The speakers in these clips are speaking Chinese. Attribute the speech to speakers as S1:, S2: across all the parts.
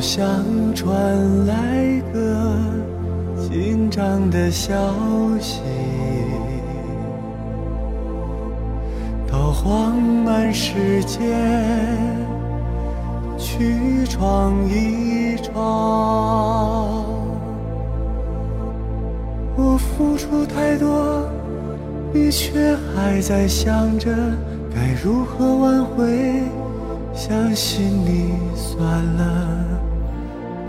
S1: 上传来个紧张的消息，到慌乱世界去闯一闯。我付出太多，你却还在想着该如何挽回。相信你算了，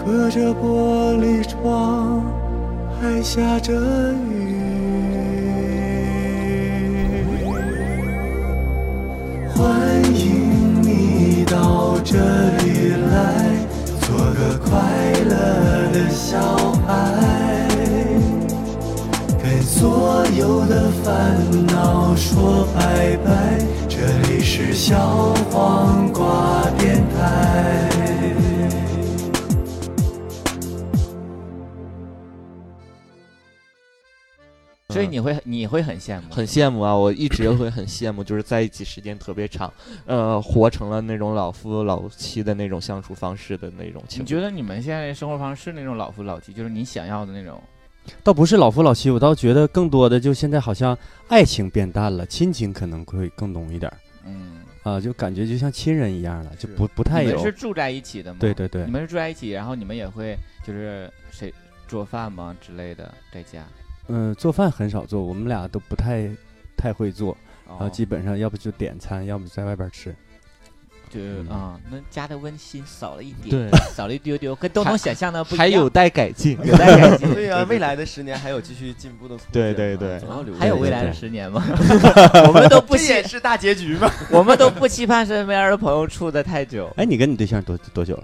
S1: 隔着玻璃窗还下着雨。欢迎你到这里来，做个快乐的小孩，跟所有的烦恼说拜拜。这里是小黄瓜电台。
S2: 所以你会你会很羡慕，
S3: 嗯很羡慕啊！我一直会很羡慕，就是在一起时间特别长，呃，活成了那种老夫老妻的那种相处方式的那种情
S2: 你
S3: 侣。
S2: 觉得你们现在生活方式是那种老夫老妻，就是你想要的那种？
S4: 倒不是老夫老妻，我倒觉得更多的就现在好像爱情变淡了，亲情可能会更浓一点儿
S2: 嗯，
S4: 啊，就感觉就像亲人一样了，就是不不太
S2: 你
S4: 有
S2: 们。是住在一起的吗？
S4: 对对对
S2: 你，们是住在一起，然后你们也会就是谁做饭吗之类的，在家。
S4: 嗯、做饭很少做，我们俩都不太太会做，然
S3: 啊
S4: 后
S2: 哦，
S4: 基本上要不就点餐，要不在外边吃。
S2: 就是
S4: 嗯
S2: 啊，那家的温馨少了一点，
S3: 对，
S2: 少了一丢丢，跟都能想象的不一样。
S3: 还有待改进。
S2: 有待改进，
S5: 对呀、未来的十年还有继续进步的 空间
S3: 对
S5: 嘛
S3: 对对
S5: 总要留
S2: 还有
S5: 着
S2: 未
S5: 一
S2: 来的
S4: 对
S2: 十年吗？ 我们 都不
S5: 这
S2: 期
S5: 也，是大结局嘛。
S2: 我们都不期盼身边的朋友处的太久。
S4: 哎，你跟你对象多多久了？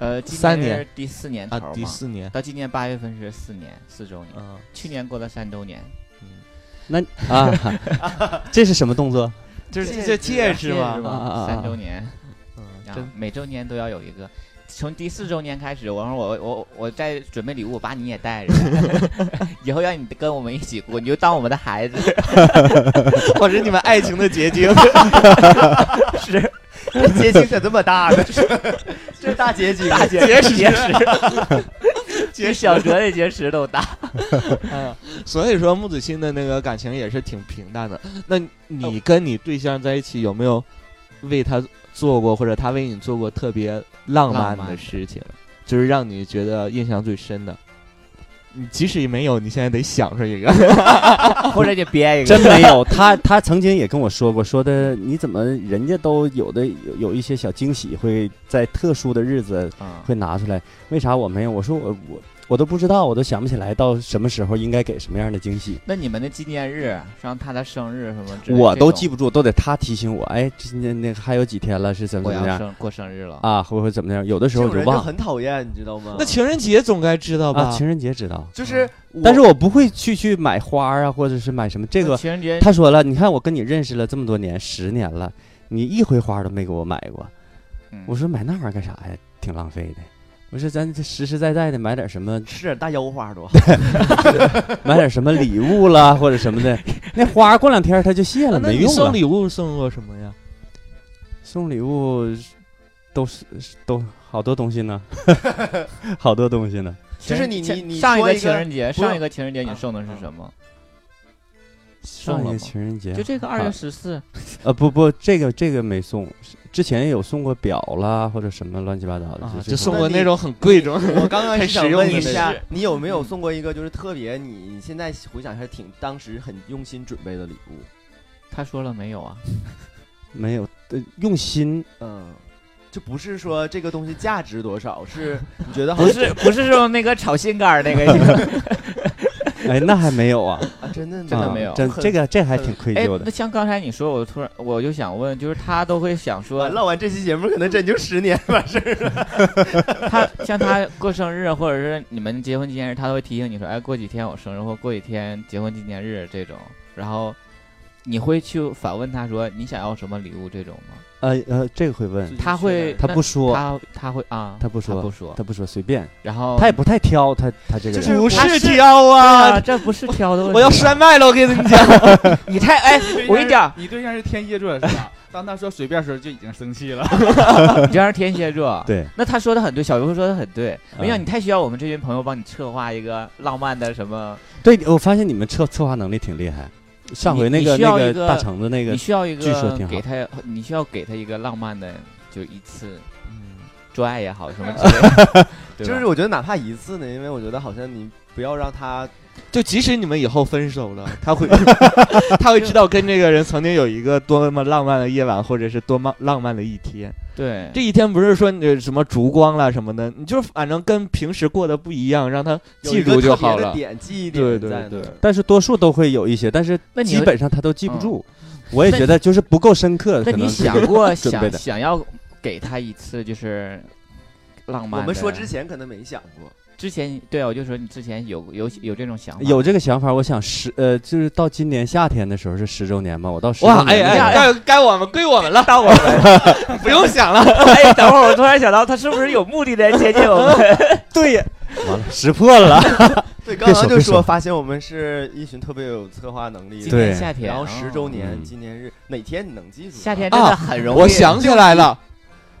S2: 呃，今
S3: 三
S2: 年
S3: 年
S2: 是第四年头
S3: 啊
S2: 嘛，，
S3: 第四年，
S2: 到今年八月份是四年四周年，
S3: 嗯，
S2: 去年过了三周年，
S4: 那啊， 这是什么动作？
S3: 就是这戒指
S2: 戒
S3: 嘛，
S4: 啊啊
S2: 嘛
S4: 啊
S2: 三周年，
S3: 嗯，
S2: 啊
S3: 真
S2: 每周年都要有一个。从第四周年开始，我说我我我在准备礼物，我把你也带着，以后让你跟我们一起过，你就当我们的孩子。
S3: 我是你们爱情的结晶。
S5: 结局咋这么大呢？这是大结局，大结
S2: 结石，结石， 比小蛇的结石都大。
S4: 嗯
S3: 所以说，木子欣的那个感情也是挺平淡的。那
S4: 哦
S3: 你跟你对象在一起，有没有为他做过，或者他为你做过特别浪漫
S2: 浪漫
S3: 的事情，就是让你觉得印象最深的？你即使没有，你现在得想出 一个。
S5: 啊
S2: 或者你 编一个，
S4: 真没有，他他曾经也跟我说过，说的你怎么人家都有的有有一些小惊喜会在特殊的日子
S2: 嗯
S4: 会拿出来，为啥我没有？我说我我我都不知道，我都想不起来到什么时候应该给什么样的惊喜，
S2: 那你们的纪念日，像他的生日什么之类的，
S4: 我都
S2: 这种
S4: 记不住，都得他提醒我。哎，今天那个还有几天了，是怎么
S2: 我
S4: 怎么
S2: 要
S4: 样
S2: 生过生日了。
S4: 啊？会不会怎么样？有的时
S5: 这
S4: 候我
S5: 种人就
S4: 忘
S5: 很讨厌，你知道吗？
S3: 那情人节总该知道吧？
S4: 啊。情人节知道，
S5: 就是我，
S4: 但是我不会去去买花啊，或者是买什么这
S2: 嗯那
S4: 个。
S2: 情人节，
S4: 他说了，你看我跟你认识了这么多年，十年了，你一回花都没给我买过。
S2: 嗯
S4: 我说买那玩意儿干啥呀？挺浪费的。我说咱这实实在在的买点什么，
S5: 吃点大腰花多好。
S4: 买点什么礼物啦，或者什么 的。那花过两天它就谢
S2: 啊
S4: 了，
S5: 啊
S3: 那
S4: 没
S3: 你
S4: 用啊
S3: 送
S4: 了。
S3: 礼物送过什么呀？
S4: 送礼物都是都好多东 西呢，好多东西呢。
S2: 情
S5: 就是
S2: 人
S5: 你
S2: 前
S5: 你你
S2: 上一
S5: 说
S2: 个
S5: 一个
S2: 情人节，
S5: 不用啊
S2: 上一个情人节你送的是什么？送
S4: 上
S2: 了吗
S4: 一个？情人节
S2: 就这个二月
S4: 啊
S2: 十四，
S4: 呃不不，这个这个没送，之前也有送过表啦或者什么乱七八糟的，
S3: 啊，
S4: 就
S3: 就送
S5: 那
S3: 过
S5: 你
S3: 那种很贵重。
S5: 我刚刚是想问
S3: 太
S5: 一下
S3: 实用了，
S5: 你有没有送过一个就是特别你你现在回想一下挺当时很用心准备的礼物？
S2: 他说了没有 啊？
S4: 没有呃用心
S5: 嗯，就不是说这个东西价值多少，是你觉得好
S2: 不
S5: 像
S2: 是不是说那个炒心肝儿那 个，
S4: 哎那还没有啊，
S5: 啊，真的
S2: 真的
S4: 啊
S2: 没有
S4: 真这个这还挺愧
S2: 哎
S4: 疚，的
S2: 那。像刚才你说，我突然我就想问，就是他都会想说
S5: 完，啊唠完这期节目，可能真就十年完事儿了。
S2: 他像他过生日，或者是你们结婚纪念日，他都会提醒你说，哎，过几天我生日，或过几天结婚纪念日这种。然后你会去反问他说你想要什么礼物这种吗？
S4: 呃呃，这个会问，
S2: 他会
S4: 他不说，
S2: 他他会啊，
S4: 他不说
S2: 他不说，
S4: 他不说随便，
S2: 然后
S4: 他也不太挑，他他这个
S5: 就是
S4: 人
S5: 我
S2: 是
S3: 挑
S2: 啊，，这不是挑的问题，
S3: 我要山脉了，我跟你讲，
S2: 你太 哎，我跟你讲，
S6: 你对象是天蝎座是吧？当他说随便时候就已经生气了。
S2: 你这样是天蝎座，
S4: 对，
S2: 那他说的很对，小刘说的很对。
S4: 嗯
S2: 没想到你太需要我们这群朋友帮你策划一个浪漫的什么，
S4: 对我发现你们策策划能力挺厉害。上
S2: 你
S4: 回那
S2: 你
S4: 个
S2: 需要
S4: 那
S2: 一个
S4: 大橙子那个
S2: 你，需要一
S4: 据说
S2: 个
S4: 挺好
S2: 给他，你需要给他一个浪漫的，就一次，
S5: 嗯
S2: 专爱也好，什么之类 的，对吧
S5: 就是我觉得哪怕一次呢，因为我觉得好像你不要让他
S3: 就即使你们以后分手 了，他会 他会知道跟这个人曾经有一个多么浪漫的夜晚，或者是多么浪漫的一天。
S2: 对
S3: 这一天不是说你什么烛光啦什么的，你就是反正跟平时过得不一样，让他
S5: 有
S3: 记
S5: 一个
S3: 住就
S5: 特别
S3: 好
S5: 的
S3: 了。
S5: 点记忆
S3: 对
S5: 点
S3: 对
S5: 在那
S3: 对
S5: 儿
S4: 但是多数都会有一些，但是
S2: 那你
S4: 基本上他都记不
S2: 嗯
S4: 住。我也
S2: 那
S4: 觉得就是不够深刻。
S2: 那
S4: 可
S2: 你
S4: 能这个
S2: 想过
S4: 准备
S2: 想
S4: 的
S2: 想要给他一次就是浪漫的？
S5: 我们说之前可能没想过，
S2: 之前，对啊，我就说你之前有有有这种想法，
S4: 有这个想法，我想十呃，就是到今年夏天的时候是十周年嘛，我到十
S3: 哇
S4: 周，
S3: 哎
S4: 年的时候
S3: 哎，该该我们归我们了，到我们 不用想了。
S2: 哎，等会儿我突然想到，他是不是有目的的接近我们？
S4: 对呀，完了识破
S2: 哎
S4: 了，
S5: 对，刚刚
S4: 说
S5: 就
S4: 别说
S5: 说发现我们是一群特别有策划能力
S2: 今
S5: 的，
S4: 对
S2: 年夏天，
S5: 然后
S2: 哦
S5: 十周年
S4: 嗯
S5: 纪念日哪天你能记住？
S2: 夏天真
S4: 啊
S2: 的很容易。
S3: 啊我想起来了，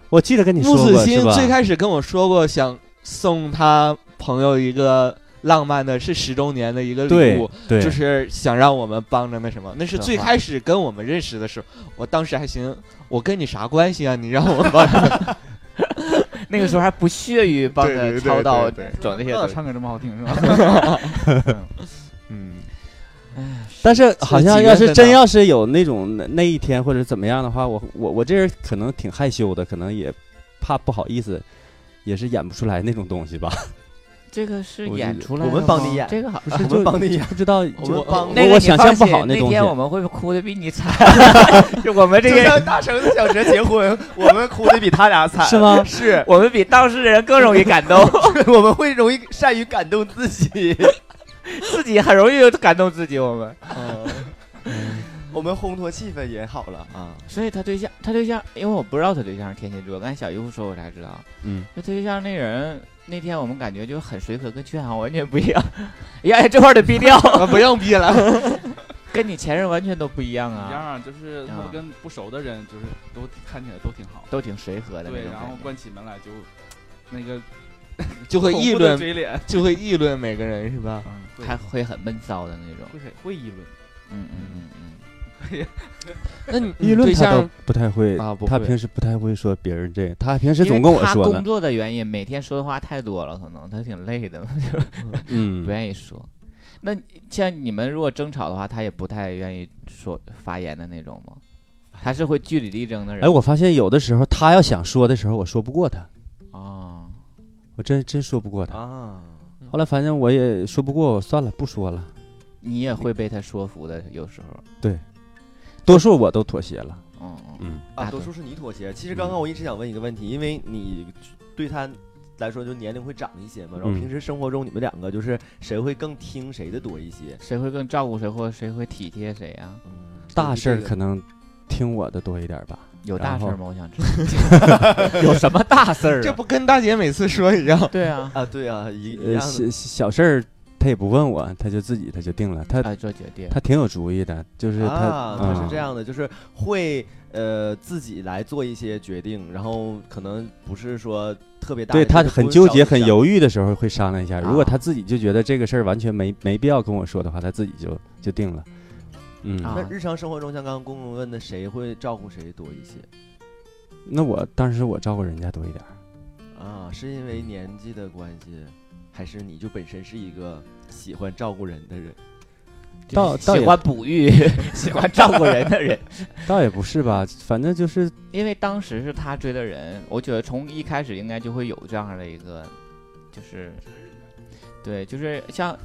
S4: 我记得跟你说
S3: 穆
S4: 过
S3: 子
S4: 是
S3: 欣
S4: 吧？
S3: 最开始跟我说过，想送他朋友一个浪漫的，是十周年的一个礼
S4: 对
S3: 物，
S4: 对，
S3: 就是想让我们帮着那什么。那是
S2: 策划
S3: 最开始跟我们认识的时候，我当时还行，我跟你啥关系啊？你让我帮 着，
S2: 那个时候还不屑于帮
S3: 对对
S2: 着
S3: 对
S2: 操刀
S3: 对
S2: 整这些
S6: 到
S2: 东
S6: 底
S2: 西。
S6: 唱歌这么好听是吧？
S3: 嗯，
S4: 但是好像要是
S3: 几月份
S4: 真
S3: 呢
S4: 要是有那种那那一天或者怎么样的话，我我我这人可能挺害羞的，可能也怕不好意思，也是演不出来那种东西吧。
S2: 这个是
S4: 我
S2: 演
S4: 就
S2: 出来
S5: 我
S2: 的
S5: 们帮
S2: 吗
S5: 你演
S2: 这个好。
S4: 不
S5: 我们帮你演
S4: 不知道，
S5: 我们帮
S4: 我我想象不好
S2: 那
S4: 东
S2: 天我
S4: 西。
S2: 们会哭的比你 惨，就我们这
S5: 就
S2: 些，
S5: 像大橙子小哲结 婚，我们哭的比他俩惨，
S4: 是吗
S5: 是
S2: 我们比当事人更容易感 动，
S5: 我们会容易善于感动自己，
S2: 自己很容易就感动自己。我们，
S5: 我们烘托气氛也好了啊。
S2: 所以他对象，他对象，因为我不知道他对象是天蝎座，刚才小姨夫说我才知道，
S4: 嗯，
S2: 那他对象那人。那天我们感觉就很随和，跟全行完全不一样。 哎呀，这块儿得逼 掉，
S3: 啊不用逼了，
S2: 跟你前任完全都不一样
S6: 一
S2: 啊，
S6: 样啊，就是他们跟不熟的人，就是都看起来都挺好。
S2: 都挺随和的那
S6: 对，
S2: 种
S6: 然后
S2: 感觉。
S6: 关起门来就那个
S3: 就会
S6: 恐
S3: 议
S6: 怖的
S3: 论，
S6: 嘴脸，
S3: 就会议论每个人是吧？
S6: 嗯，
S2: 还会很闷骚的那种。
S6: 会会会议论，
S2: 嗯嗯嗯嗯，
S3: 那你
S4: 议
S3: 你
S4: 论
S3: 对
S4: 他
S3: 象
S4: 倒不太会
S3: 啊不
S4: 他
S3: 会
S4: 平时不太会说别人这，他平时
S2: 这
S4: 总跟我说
S2: 工
S4: 呢。
S2: 作的原因，每天说的话太多了，可能他挺累的，
S4: 嗯
S2: 不，愿意说。那像你们如果争吵的话，他也不太愿意说发言的那种吗？他是会据理力争的人。
S4: 哎，我发现有的时候他要想说的时候，我说不过他，
S2: 哦，
S4: 我真真说不过他。
S5: 啊，
S4: 后来反正我也说不过，我算了，不说了。
S2: 你也会被他说服的，有时候。
S4: 多数我都妥协了。
S2: 嗯嗯，
S4: 嗯，
S5: 啊，
S2: 大
S5: 多
S2: 多
S5: 数是你妥协。其实刚
S3: 嗯
S5: 刚我一直想问一个问题，因为你对他来说就年龄会长一些嘛，然后
S4: 嗯
S5: 平时生活中你们两个就是谁会更听谁的多一些？
S2: 谁会更照顾谁，或者谁会体贴谁啊？
S5: 嗯，
S4: 大事儿可能听我的多一点吧。
S2: 有大
S4: 然
S2: 事
S4: 后
S2: 儿吗？我想知道。 有什么大事儿
S3: 这
S2: 啊？
S3: 不跟大姐每次说一样？
S2: 对啊，
S5: 啊，对啊，一一
S4: 呃，
S5: 样
S4: 小
S5: 的
S4: 小事儿他也不问我，他就自己他就定了。他
S2: 啊，做决定。
S4: 他挺有主意的，就是他
S5: 啊，他是这
S4: 样。
S5: 样的，就是会呃自己来做一些决定，然后可能不是说特别大的
S4: 对
S5: 一个
S4: 他
S5: 婚，
S4: 很纠结、
S5: 少
S4: 很
S5: 一项
S4: 犹豫的时候会商量一下。如果
S2: 啊
S4: 他自己就觉得这个事儿完全没没必要跟我说的话，他自己就就定了。嗯，
S2: 啊
S5: 那日常生活中，像刚刚公公问的，谁会照顾谁多一些
S4: 那我当时我照顾人家多一点儿。
S5: 啊？是因为年纪的关系，还是你就本身是一个喜欢照顾人的人？
S4: 倒倒
S2: 喜
S4: 也
S2: 欢哺 育、喜欢照顾人的人，
S4: 倒也不是吧，反正就是
S2: 因为当时是他追的人，我觉得从一开始应该就会有这样的一个，就是，对，就是像，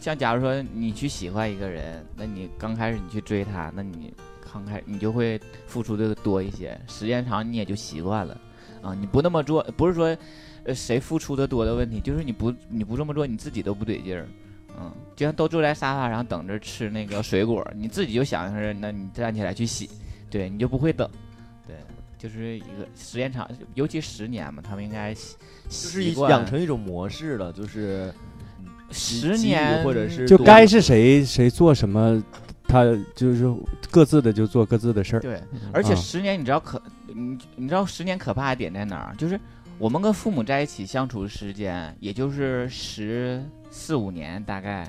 S2: 像假如说你去喜欢一个人，那你刚开始你去追他，那你刚开你就会付出的多一些，时间长你也就习惯了，啊，你不那么做，不是说，呃，谁付出的多的问题，就是你不你不这么做，你自己都不对劲儿。嗯，就像都坐在沙发上等着吃那个水果，你自己就想象着，那你站起来去洗，对你就不会等，对，就是一个时间长，尤其十年嘛，他们应该习
S5: 就是
S2: 习
S5: 一
S2: 惯
S5: 养成一种模式了，就是几
S2: 十
S5: 几语
S2: 年
S5: 或者是
S4: 就
S5: 多
S4: 该是谁谁做什么，他就是各自的就做各自的事儿。
S2: 对，而
S3: 嗯
S2: 且
S4: 啊
S2: 十年你知道可你你知道十年可怕的点在哪儿？就是我们跟父母在一起相处的时间，也就是十四五年大概。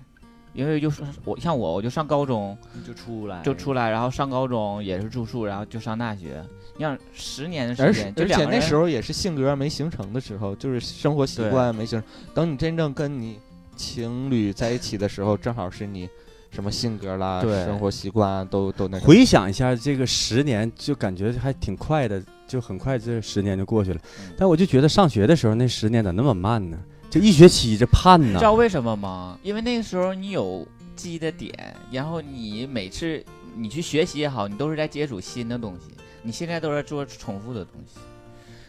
S2: 因为就是我像我，我就上高中
S5: 你就出来
S2: 就出来，然后上高中也是住宿，然后就上大学。你想十年的
S3: 而
S2: 时
S3: 且
S2: 间，就
S3: 而
S2: 两
S3: 且
S2: 个人
S3: 那时候也是性格没形成的时候，就是生活习
S2: 对
S3: 惯没形成。等你真正跟你情侣在一起的时候，正好是你什么性格啦、
S2: 对
S3: 生活习惯啊都都那个。
S4: 回想一下这个十年，就感觉还挺快的，就很快这十年就过去了
S2: 嗯。
S4: 但我就觉得上学的时候那十年咋那么慢呢？就一学期这盼
S2: 你
S4: 呢
S2: 知，道为什么吗？因为那个时候你有记忆的点，然后你每次你去学习也好，你都是在接触新的东西，你现在都是做重复的东西。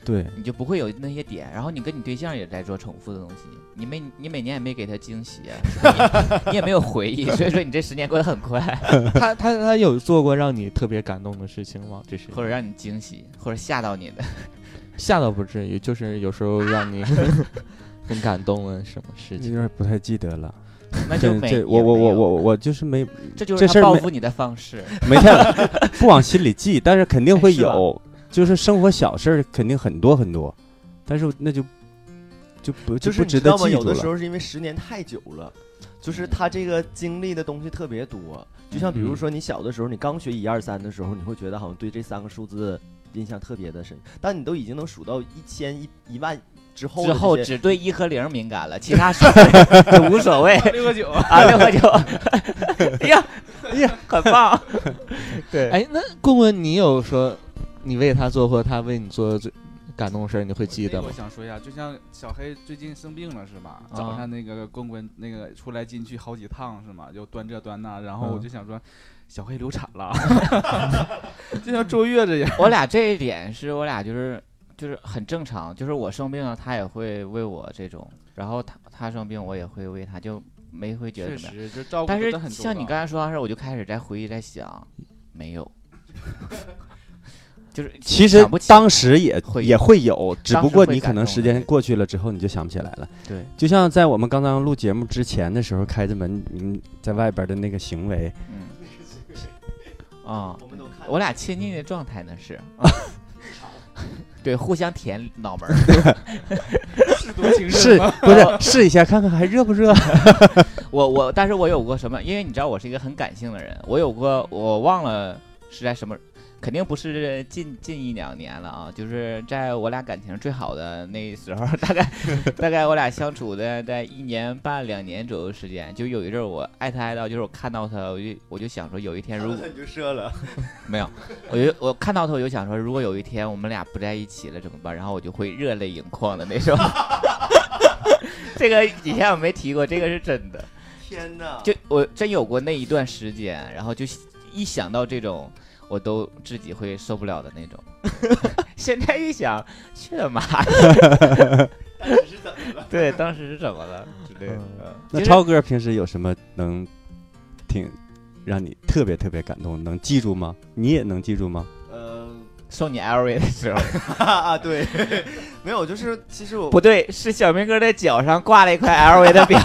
S4: 对，
S2: 你就不会有那些点，然后你跟你对象也在做重复的东西，你每你每年也没给他惊喜啊， 你你也没有回忆，所以说你这十年过得很快，
S3: 他他他有做过让你特别感动的事情吗？这是
S2: 或者让你惊喜，或者吓到你的，
S3: 吓到不至于，就是有时候让 你很感动的什么事
S4: 有
S3: 情。
S4: 点不太记得了。
S2: 那就
S4: 这
S2: 没
S4: 这，我
S2: 也没
S4: 我我
S2: 有
S4: 我我就是没
S2: 这就
S4: 这
S2: 是他
S4: 事儿
S2: 报
S4: 没
S2: 复你的方式，
S4: 没太不往心里记，但是肯定会
S2: 哎是吧
S4: 有，就是生活小事儿肯定很多很多，但是那就就不
S5: 就是
S4: 不
S5: 你
S4: 值
S5: 知
S4: 得
S5: 道吗？
S4: 记
S5: 有
S4: 住
S5: 的时
S4: 了。
S5: 候是因为十年太久了，就是他这个经历的东西特别多。就像比如
S4: 嗯
S5: 说你小的时候，你刚学一二三的时候，你会觉得好像对这三个数字印象特别的深，但你都已经能数到一千一一万之后
S2: 之
S5: 的
S2: 后
S5: 这 些
S2: 只对一和零敏感了，其他数就 无所谓
S6: 六个九，
S2: 啊，六和九， 哎呀哎呀，很棒，
S3: 哎，那棍棍，你有说你为他做或他为你做的最感动的事儿，你会记得吗
S6: 我那个我？想说一下，就像小黑最近生病了是吧？
S2: 啊
S6: 早上那个棍棍那个出来进去好几趟是吗？又端这端那，然后
S3: 嗯
S6: 我就想说，小黑流产了，就像坐月子一样。
S2: 我俩这一点是我俩就是就是很正常，就是我生病了，他也会为我这种，然后他他生病我也会为他，就没会觉得
S6: 确
S2: 怎么样。
S6: 实，就照顾
S2: 但
S6: 得
S2: 是
S6: 很周
S2: 像你
S6: 到
S2: 刚才说的事儿，我就开始在回忆，在想，没有， 就是
S4: 其实
S2: 想不起
S4: 当时也
S2: 会
S4: 也会有，只
S2: 当
S4: 不
S2: 时
S4: 过
S2: 会
S4: 你
S2: 感
S4: 可能
S2: 动
S4: 时
S2: 的
S4: 间
S2: 对
S4: 过去了之后你就想不起来了。
S2: 对，
S4: 就像在我们刚刚录节目之前的时候，开着门您在外边的那个行为，
S2: 嗯，啊、
S5: 我们都看
S2: 我俩亲近的状态呢 是， 对，互相舔脑门儿，
S6: 是多情
S4: 是
S6: 深吗？
S4: 不是试一下看看还热 不热？
S2: 我我，但是我有过什么？因为你知道我是一个很感性的人，我有过，我忘了是在什么，肯定不是近近一两年了啊，就是在我俩感情最好的那时候， 大概大概我俩相处的在一年半两年左右时间，就有一阵儿我爱他爱到，就是我看到他，我就我就想说有一天 如果
S5: 你就射了，
S2: 没有，我就我看到他，我就想说，如果有一天我们俩不在一起了怎么办？然后我就会热泪盈眶的那种。 这个以前我没提过，这个是真的。
S5: 天哪！
S2: 就我真有过那一段时间，然后就一想到这种，我都自己会受不了的那种。 现在一想，去他妈的！ 对，当时是怎么了之类的？嗯
S4: 那
S2: 其实
S4: 超哥平时有什么能挺让你特别特别感动，能记住吗？你也能记住吗？
S5: 呃
S2: 送你 LV 的 时候，
S5: 啊，对， 没有，就是其实我
S2: 不对，是小明哥的脚上挂了一块 LV 的表。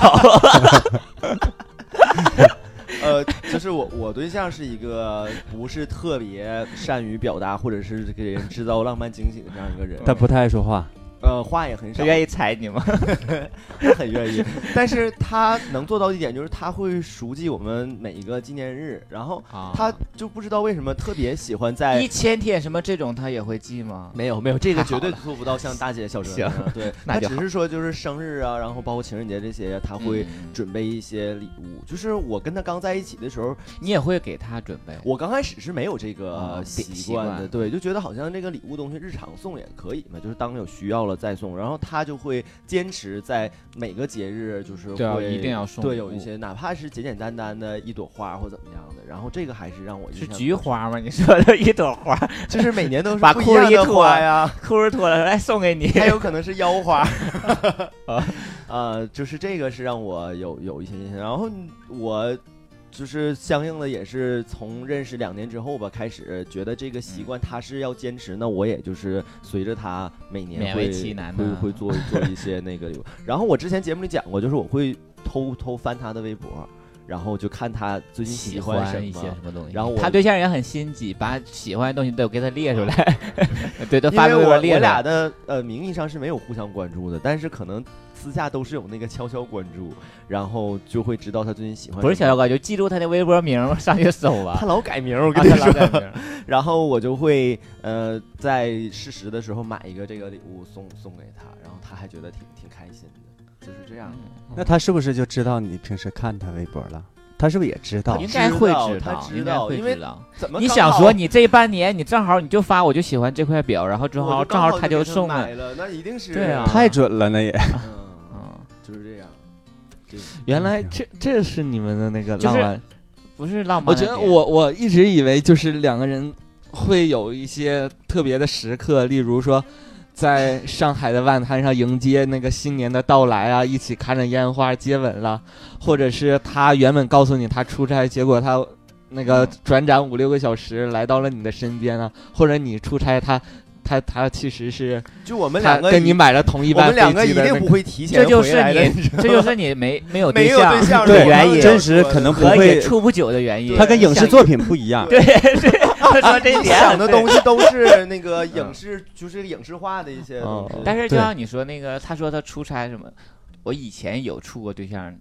S5: 呃，就是我我对象是一个不是特别善于表达或者是给人制造浪漫惊喜的这样一个人，
S4: 他不太爱说话，
S2: 嗯
S5: 呃，话也很
S2: 他
S5: 少，
S2: 愿意踩你吗？
S5: 他很愿 意，但是他能做到一点就是他会熟记我们每一个纪念日，然后
S2: 啊
S5: 他就不知道为什么特别喜欢在
S2: 一千天什么这种他也会记吗？
S5: 没有没有，这个
S2: 太好
S5: 绝对做不到像大姐小哲那
S2: 行
S5: 样。对，
S2: 那
S5: 他
S2: 就
S5: 只是说就是生日啊，然后包括情人节这些，他会
S2: 嗯
S5: 准备一些礼物。就是我跟他刚在一起的时候，
S2: 你也会给他准备。
S5: 我刚开始是没有这个呃
S2: 哦
S5: 习
S2: 习
S5: 惯的，
S2: 惯
S5: 对，就觉得好像这个礼物东西日常送也可以嘛，就是当有需要了再送。然后他就会坚持在每个节日，就是
S2: 对啊
S5: 会
S2: 一定要送
S5: 对，
S2: 礼
S5: 有一
S2: 物
S5: 些哪怕是简简单单的一朵花或怎么样的，然后这个还是让我印
S2: 是
S5: 象
S2: 菊
S5: 比较
S2: 花吗？你说的一朵花，
S5: 深，就是每年都是
S2: 把
S5: 不一
S2: 裤儿
S5: 样
S2: 一
S5: 的
S2: 脱
S5: 花呀，
S2: 裤儿脱了来送给你。
S5: 还有可能是腰花。呃，就是这个是让我有有一些印象。然后我就是相应的也是从认识两年之后吧，开始觉得这个
S2: 嗯
S5: 习惯他是要坚持，那我也就是随着他每年
S2: 勉
S5: 会
S2: 为其难啊
S5: 会
S2: 呐
S5: 会做做一些那个。然后我之前节目里讲过，就是我会偷偷翻他的微博，然后就看他最近
S2: 喜
S5: 欢
S2: 欢一
S5: 什
S2: 些
S5: 么
S2: 什。么东西。
S5: 然后我
S2: 他对象也很心机，把喜欢的东西都给他列出来，对，都
S5: 因
S2: 发
S5: 为
S2: 微
S5: 我
S2: 博
S5: 我
S2: 列出
S5: 俩
S2: 来。
S5: 的呃名义上是没有互相关注的，但是可能私下都是有那个悄悄关注，然后就会知道他最近喜欢什么。
S2: 不是小小哥，就记住他的微博名儿， 上去搜吧
S5: 他。老改名儿，我
S2: 啊
S5: 跟你
S2: 他老
S5: 说。
S2: 改名儿
S5: 然后我就会呃在适时的时候买一个这个礼物送送给他，然后他还觉得挺挺开心的，就是这样。
S2: 嗯
S4: 那他是不是就知道你平时看他微博了？他是不是也知道
S2: 应？该会知
S5: 他
S2: 道，
S5: 知
S2: 应该
S5: 道
S2: 会
S5: 因为
S2: 知道。
S5: 怎么
S2: 你
S5: 刚
S2: 想
S5: 好
S2: 说你这半年你正好你就发我就喜欢这块表，然后正
S5: 我
S2: 好
S5: 就
S2: 正
S5: 刚
S2: 好他
S5: 就给
S2: 送了
S5: 买，了，那一定是
S2: 对啊
S4: 太准了，那也
S5: 嗯，
S2: 嗯，
S5: 就是这样。
S3: 原来这这是你们的那个
S2: 就
S3: 浪
S2: 是
S3: 漫。
S2: 不是浪漫
S3: 我
S2: 的
S3: 觉
S2: 点。
S3: 得我我一直以为就是两个人会有一些特别的时刻，例如说。在上海的万滩上迎接那个新年的到来啊，一起看着烟花接吻了，或者是他原本告诉你他出差，结果他那个转展五六个小时来到了你的身边啊，或者你出差他他他其实是
S5: 就我们
S3: 他
S5: 两个
S3: 跟你
S5: 一
S3: 买了同一
S5: 我
S3: 班
S5: 们两
S3: 飞
S5: 个
S3: 机
S5: 一
S3: 的那
S5: 定
S3: 个
S5: 不会提前
S2: 这就是
S5: 回来 的
S2: 你，这就是你没没有
S5: 没有对象
S2: 的
S5: 对
S2: 原因，
S4: 真实可能不
S2: 和也
S4: 会，
S2: 处不久的原因。
S4: 他跟影视作品不一样。
S5: 对
S2: 他 说这一
S5: 你
S2: 点
S5: 想
S2: 很
S5: 的
S2: 对嗯
S5: 东西都是 那个影视，就是影视化的一些东
S3: 哦
S5: 西。
S2: 但是就
S4: 对
S2: 像你说那个，他说他出差什么，我以前有处过对象，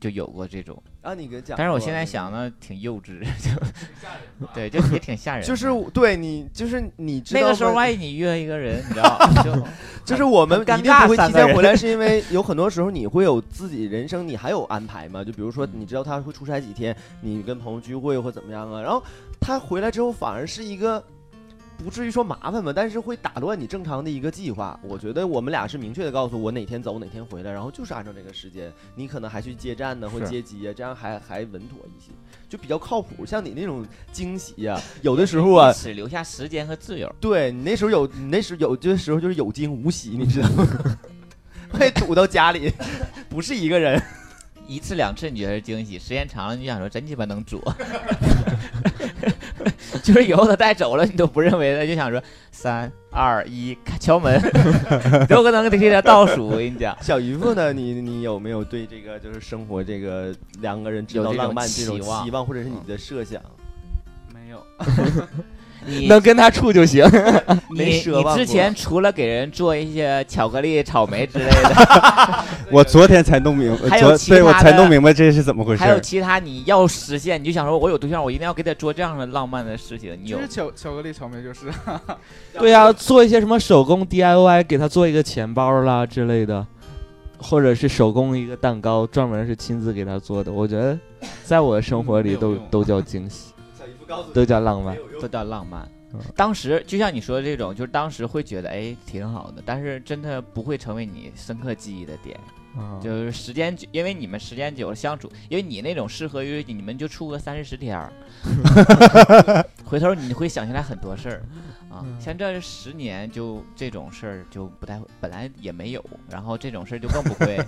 S2: 就有过这种，
S5: 啊，你给讲过。
S2: 但是我现在想呢，挺幼稚，就对，就也挺吓人的。
S5: 就是我对你，就是你知道
S2: 那个时候，
S5: 吗
S2: 万一你遇到一个人，你知道吗，就
S5: 就是我们
S2: 很尴
S5: 一定不会
S2: 尬三
S5: 提
S2: 个
S5: 前
S2: 人
S5: 回来，是因 为有很多时候你会有自己人生，你还有安排嘛？就比如说，你知道他会出差几天，你跟朋友聚会或怎么样啊？然后他回来之后，反而是一个不至于说麻烦吧，但是会打乱你正常的一个计划。我觉得我们俩是明确的告诉我哪天走，哪天回来，然后就是按照这个时间，你可能还去接站呢或
S2: 是
S5: 接机啊，这样还还稳妥一些，就比较靠谱。像你那种惊喜 呀、有的时候啊，
S2: 只留下时间和自由。
S5: 对你那时候有，你那时候有的时候就是有惊无喜，你知道吗？ 被堵到家里，不是一个人。
S2: 一次两次你觉得是惊喜，时间长了你就想说真鸡巴能 作， 就是以后他带走了你都不认为了，就想说三二一开敲门， 你都可能给他倒数。我跟你讲，
S5: 小姨夫呢？你你有没有对这个就是生活这个两个人知道
S2: 有这种
S5: 浪漫这种
S2: 期望
S5: 期望，或者是你的设想？
S6: 没有，
S2: 你
S3: 能跟他处就行。
S2: 你
S5: 没奢
S2: 你
S5: 望
S2: 之
S5: 过
S2: 前除了给人做一些巧克力、草莓之类的，
S4: 我昨天才弄明，
S2: 还
S4: 白，
S2: 有
S4: 昨
S2: 其
S4: 对我
S2: 他
S4: 才
S2: 的
S4: 弄明白这是怎么回事
S2: 还有
S4: 儿。
S2: 其他你要实现，你就想说我有对象，我一定要给他做这样的浪漫的事情。你有
S6: 就是巧巧克力草莓就是，
S3: 对呀、做一些什么手工 DIY，给他做一个钱包啦之类的，或者是手工一个蛋糕，专门是亲自给他做的。我觉得，在我的生活里
S6: 嗯没
S3: 都
S6: 有用
S3: 都叫惊喜，
S5: 小姨夫告诉
S3: 都叫浪漫。
S2: 这叫浪漫
S3: 嗯。
S2: 当时就像你说的这种，就是当时会觉得哎挺好的，但是真的不会成为你深刻记忆的点。
S3: 啊
S2: 就是时间久，因为你们时间久了相处，因为你那种适合于你们就处个三四十天儿，回头你会想起来很多事儿啊。像这十年就这种事儿就不太，本来也没有，然后这种事儿就更不会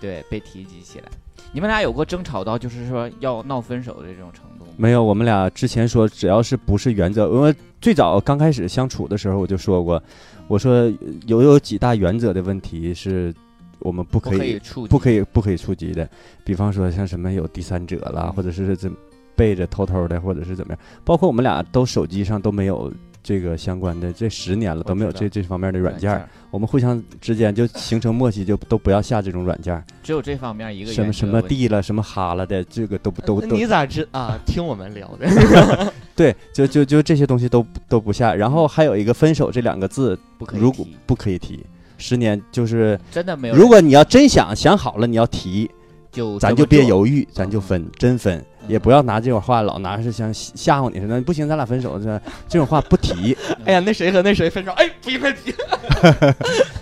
S2: 对被提及起来。你们俩有过争吵到就是说要闹分手的这种程度吗？
S4: 没有，我们俩之前说，只要是不是原则，因为最早刚开始相处的时候我就说过，我说有有几大原则的问题是我们不
S2: 不
S4: 可
S2: 可
S4: 以
S2: 以触及，
S4: 不可以不可以触及的，比方说像什么有第三者啦，或者是怎背着偷偷的，或者是怎么样，包括我们俩都手机上都没有这个相关的，这十年了
S2: 我
S4: 都没有
S2: 知
S4: 这这方面的软件儿，
S2: 儿，
S4: 我们互相之间就形成默契，就都不要下这种软件儿，
S2: 只有这方面一个
S4: 什么
S2: 原
S4: 什
S2: 则
S4: 么
S2: 问题
S4: 地了什么哈了的，这个都不都
S3: 呃那
S4: 都
S3: 你咋知啊？听我们聊 的，
S4: 对，就就就这些东西都不都不下。然后还有一个分手这两个字，
S2: 不可以
S4: 如果
S2: 提，
S4: 不可以提，十年就是，
S2: 真的没有人，
S4: 如果你要真想想好了，你要提，
S2: 就
S4: 咱
S2: 这
S4: 就
S2: 么
S4: 别
S2: 做
S4: 犹豫，咱就分，真分，也
S2: 嗯
S4: 不要拿这种话老拿是像吓吓唬你似的，不行，咱俩分手，这这种话不提，
S3: 哎呀，那谁和那谁分手？哎，不应该提，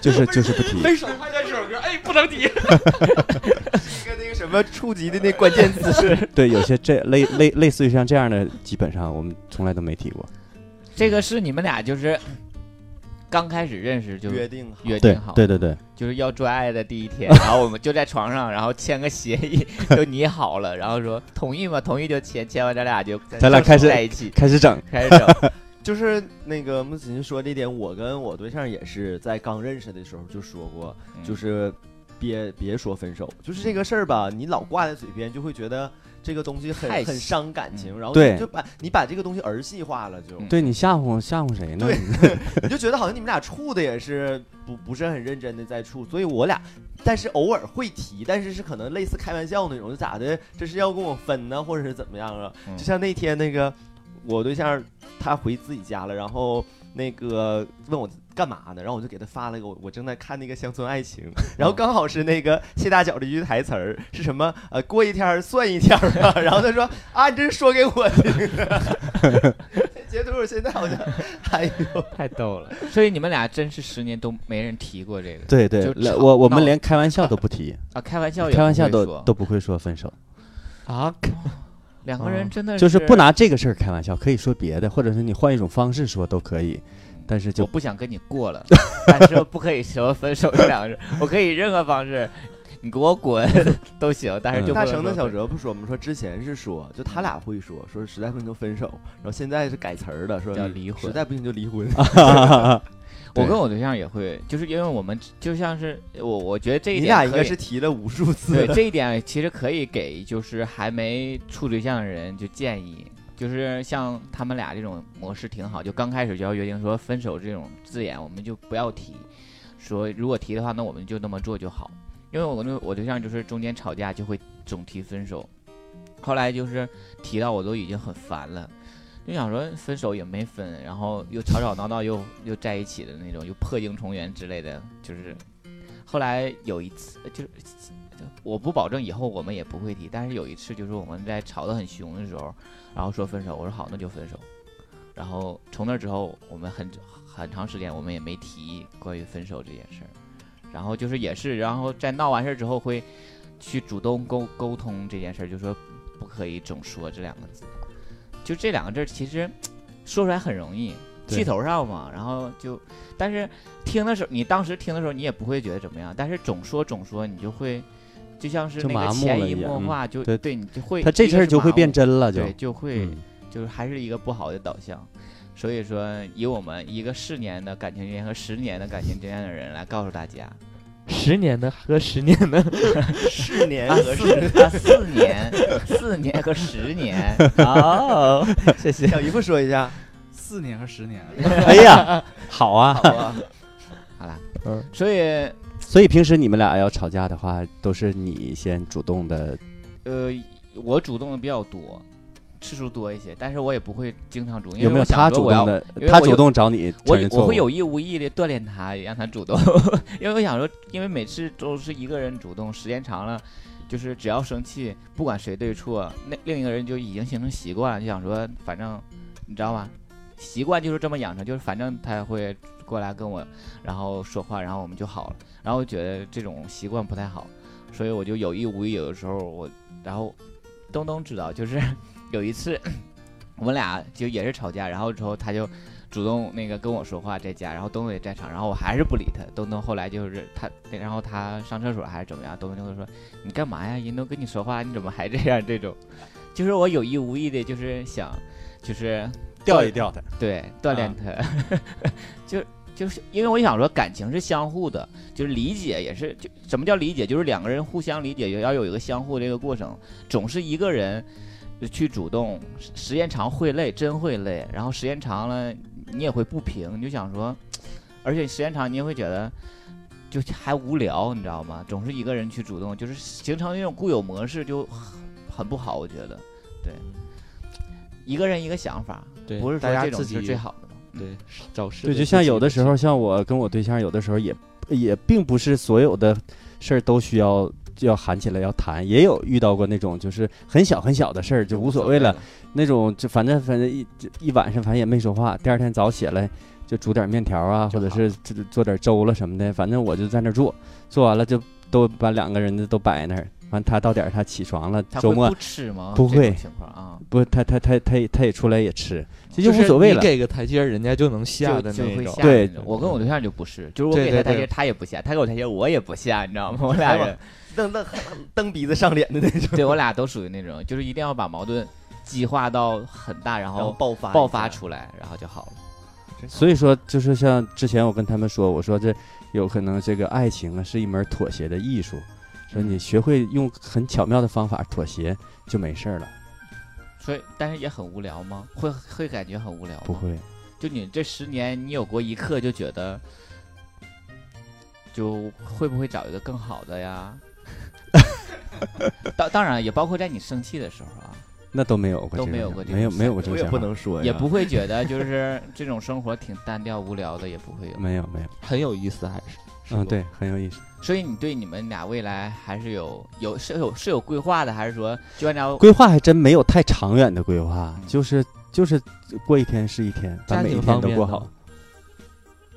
S4: 就是就是不 提。
S3: 分手快点这首歌，哎，不能提。
S5: 一个那个什么触及的那关键词是
S4: 对，有些这类类类似于像这样的，基本上我们从来都没提过。
S2: 这个是你们俩就是刚开始认识就
S5: 约定好
S2: 约
S4: 对
S2: 定好，嗯
S4: 对对对，
S2: 就是要做爱的第一天，然后我们就在床上，然后签个协议， 就拟好了，然后说同意吗？同意就签，签完咱俩就
S4: 咱俩开始
S2: 在一起，
S4: 开始整，
S2: 开始 整。
S5: 就是那个木子欣说这点，我跟我对象也是在刚认识的时候就说过，
S2: 嗯
S5: 就是别别说分手，就是这个事儿吧，你老挂在嘴边，就会觉得这个东西很
S2: 太
S5: 很伤感情，然后
S4: 对
S5: 你就把你把这个东西儿戏化了就，
S2: 嗯
S4: 对你吓唬吓唬谁呢？
S5: 对你就觉得好像你们俩处的也是不不是很认真的在处，所以我俩，但是偶尔会提，但是是可能类似开玩笑那种，就咋的，这是要跟我分呢，或者是怎么样啊？
S2: 嗯
S5: 就像那天那个我对象他回自己家了，然后那个问我干嘛呢，然后我就给他发了一个我我正在看那个乡村爱情，然后刚好是那个谢大脚的一句台词儿是什么？呃，过一天儿算一天儿啊。 然后他说啊，你这是说给我听的。 截图我现在好像，哎呦，
S2: 太逗了。嗯所以你们俩真是十年都没人提过这个
S4: 对对
S2: 就，
S4: 来
S2: 吵
S4: 我我们
S2: 闹
S4: 连开玩笑都不提，
S2: 啊？开玩笑也
S4: 开玩笑
S2: 不会
S4: 都
S2: 说
S4: 都不会说分手，
S3: 啊，
S2: 两个
S4: 啊
S2: 人真的
S4: 就是是不，拿这个事儿开玩笑，可以说别的，或者是你换一种方式说都可以，但是
S2: 我
S4: 就
S2: 不想跟你过 了，但是不可以说分手这两个人，我可以任何方式，你给我 滚都行，但是就
S5: 大
S2: 不能
S5: 成
S2: 说
S5: 跟小
S2: 分手
S5: 哲不说，我们说之前是说，就他俩会说，说实在不行就分手，然后现在是改词儿了，说
S2: 叫离
S5: 实
S2: 婚。啊
S5: 在不行就离婚。
S2: 我
S4: 对
S2: 跟我对象也会，就是因为我们就像是我，我觉得这一
S5: 你
S2: 点
S5: 俩应
S2: 可
S5: 该
S2: 以
S5: 是提了无数 次
S2: 对，这一点其实可以给就是还没处对象的人就建议，就是像他们俩这种模式挺好，就刚开始就要约定说分手这种字眼我们就不要提，说如果提的话，那我们就那么做就好。因为我跟我对象就是中间吵架就会总提分手，后来就是提到我都已经很烦了。就想说分手也没分，然后又吵吵闹闹又又在一起的那种，又破镜重圆之类的，就是后来有一次就是我不保证以后我们也不会提，但是有一次就是我们在吵得很凶的时候，然后说分手，我说好，那就分手。然后从那之后，我们很很长时间我们也没提关于分手这件事儿。然后就是也是，然后在闹完事儿之后会去主动沟沟通这件事儿，就说不可以总说这两个字。就这两个字儿其实说出来很容易，
S4: 对
S2: 气头上嘛，然后就但是听的时候，你当时听的时候你也不会觉得怎么样，但是总说总说，你就会就像是
S4: 就
S2: 那
S4: 麻
S2: 个
S4: 木
S2: 潜
S4: 了
S2: 移
S4: 一样
S2: 默
S4: 嗯
S2: 化，就
S4: 对
S2: 你就会
S4: 他这
S2: 一个
S4: 事儿
S2: 是
S4: 就
S2: 麻
S4: 会变
S2: 木
S4: 真了，就
S2: 对，就会、
S4: 嗯
S2: 就是还是一个不好的导向。所以说，以我们一个四年的感情经验和十年的感情经验的人来告诉大家，
S3: 十年的和十年的，
S5: 是年
S2: 啊
S5: 合适。
S2: 四啊四年，四年和十年，
S3: 哦，谢谢。
S5: 小姨夫说一下，
S6: 四年和十年，
S4: 哎 呀，好啊
S5: 好。吧？
S2: 好了，
S3: 嗯
S2: 所以
S4: 所以平时你们俩要吵架的话，都是你先主动的，
S2: 呃，我主动的比较多，次数多一些，但是我也不会经常主动，因为
S4: 有没有
S2: 我想
S4: 他
S2: 说
S4: 主
S2: 我要
S4: 动的
S2: 因为？
S4: 他
S2: 我
S4: 主
S2: 有
S4: 动找你承
S2: 我
S4: 认错
S2: 我
S4: 误
S2: 会，有意无意的锻炼他，让他主动， 因为我想说，因为每次都是一个人主动，时间长了，就是只要生气，不管谁对错，那另一个人就已经形成习惯了，就想说，反正你知道吗？习惯就是这么养成，就是反正他会过来跟我，然后说话，然后我们就好了。然后我觉得这种习惯不太好，所以我就有意无意，有的时候我，然后东东知道，就是 有一次 我们俩就也是吵架，然后之后他就主动那个跟我说话在家，然后东东也在场，然后我还是不理他。东东后来就是他，然后他上厕所还是怎么样，东东就会说你干嘛呀？人都跟你说话，你怎么还这样？这种，就是我有意无意的，就是想，就是
S4: 吊一吊他。
S2: 对，锻炼他， 就就是因为我想说，感情是相互的，就是理解也是，就什么叫理解？就是两个人互相理解，也要有一个相互这个过程，总是一个人去主动，时时间长会累，真会累，然后时间长了你也会不平，你就想说，而且时间长你也会觉得。就还无聊，你知道吗？总是一个人去主动，就是形成一种固有模式，就很很不好。我觉得，对，一个人一个想法，
S3: 对
S2: 不是
S3: 大
S2: 说
S3: 家
S2: 这种
S3: 自己
S2: 是最好的吗？
S3: 对找事
S4: 对，就像有的时候，像我跟我对象，有的时候也也并不是所有的事儿都需要就要喊起来要谈，也有遇到过那种就是很小很小的事儿就无所谓了，那种就反正反正一就一晚上反正也没说话，第二天早起来就煮点面条啊，或
S2: 就
S4: 者
S2: 好
S4: 是做做点粥了什么的，反正我就在那儿做，做完了就都把两个人的都摆那儿，完他到点儿他起床了，
S2: 他
S4: 周
S2: 会
S4: 末
S2: 不吃吗？
S4: 不
S2: 这种
S4: 会
S2: 情况啊，
S4: 不他他他他也他也出来也吃，这就是无所谓
S3: 你
S4: 了。
S3: 给个台阶儿，人家就能下
S2: 就
S3: 的
S2: 就
S3: 那
S2: 会
S3: 种
S2: 下。。
S4: 对
S2: 我跟我对象就不是，就是我
S3: 对
S2: 给
S3: 对
S2: 他台
S3: 对
S2: 阶，他也不下；他给我台阶，我也不下，你知道吗？我俩人，
S5: 蹬蹬蹬鼻子上脸的那种，
S2: 对我俩都属于那种，就是一定要把矛盾激化到很大，然
S5: 然后
S2: 后
S5: 爆发
S2: 哦爆
S5: 一下
S2: 发，出来，然后就好了。
S4: 所以说，就是像之前我跟他们说，我说这有可能这个爱情啊是一门妥协的艺术，说你学会用很巧妙的方法妥协就没事儿了，
S2: 所以，但是也很无聊吗？会会感觉很无聊吗？
S4: 不会。
S2: 就你这十年，你有过一刻就觉得，就会不会找一个更好的呀？ 当当然，也包括在你生气的时候啊，
S4: 那都没有过
S2: 都
S4: 这个
S2: 没有
S4: 想
S2: 过这
S4: 没有
S2: 种
S4: 没有过这
S5: 我
S4: 个
S5: 也
S4: 想
S5: 不
S4: 法，
S5: 能说呀，
S2: 也不会觉得就是这种生活挺单调无聊的，也不会有。
S4: 没有没有，
S3: 很有意思，还是
S4: 嗯，对，很有意思。
S2: 所以你对你们俩未来还是有有是有是有规划的，还是说就按照
S4: 规划还真没有太长远的规划，
S2: 嗯
S4: 就是就是过一天是一天，把
S3: 家
S4: 每一
S3: 庭
S4: 天
S3: 方
S4: 都
S3: 面
S4: 过
S3: 呢
S4: 好。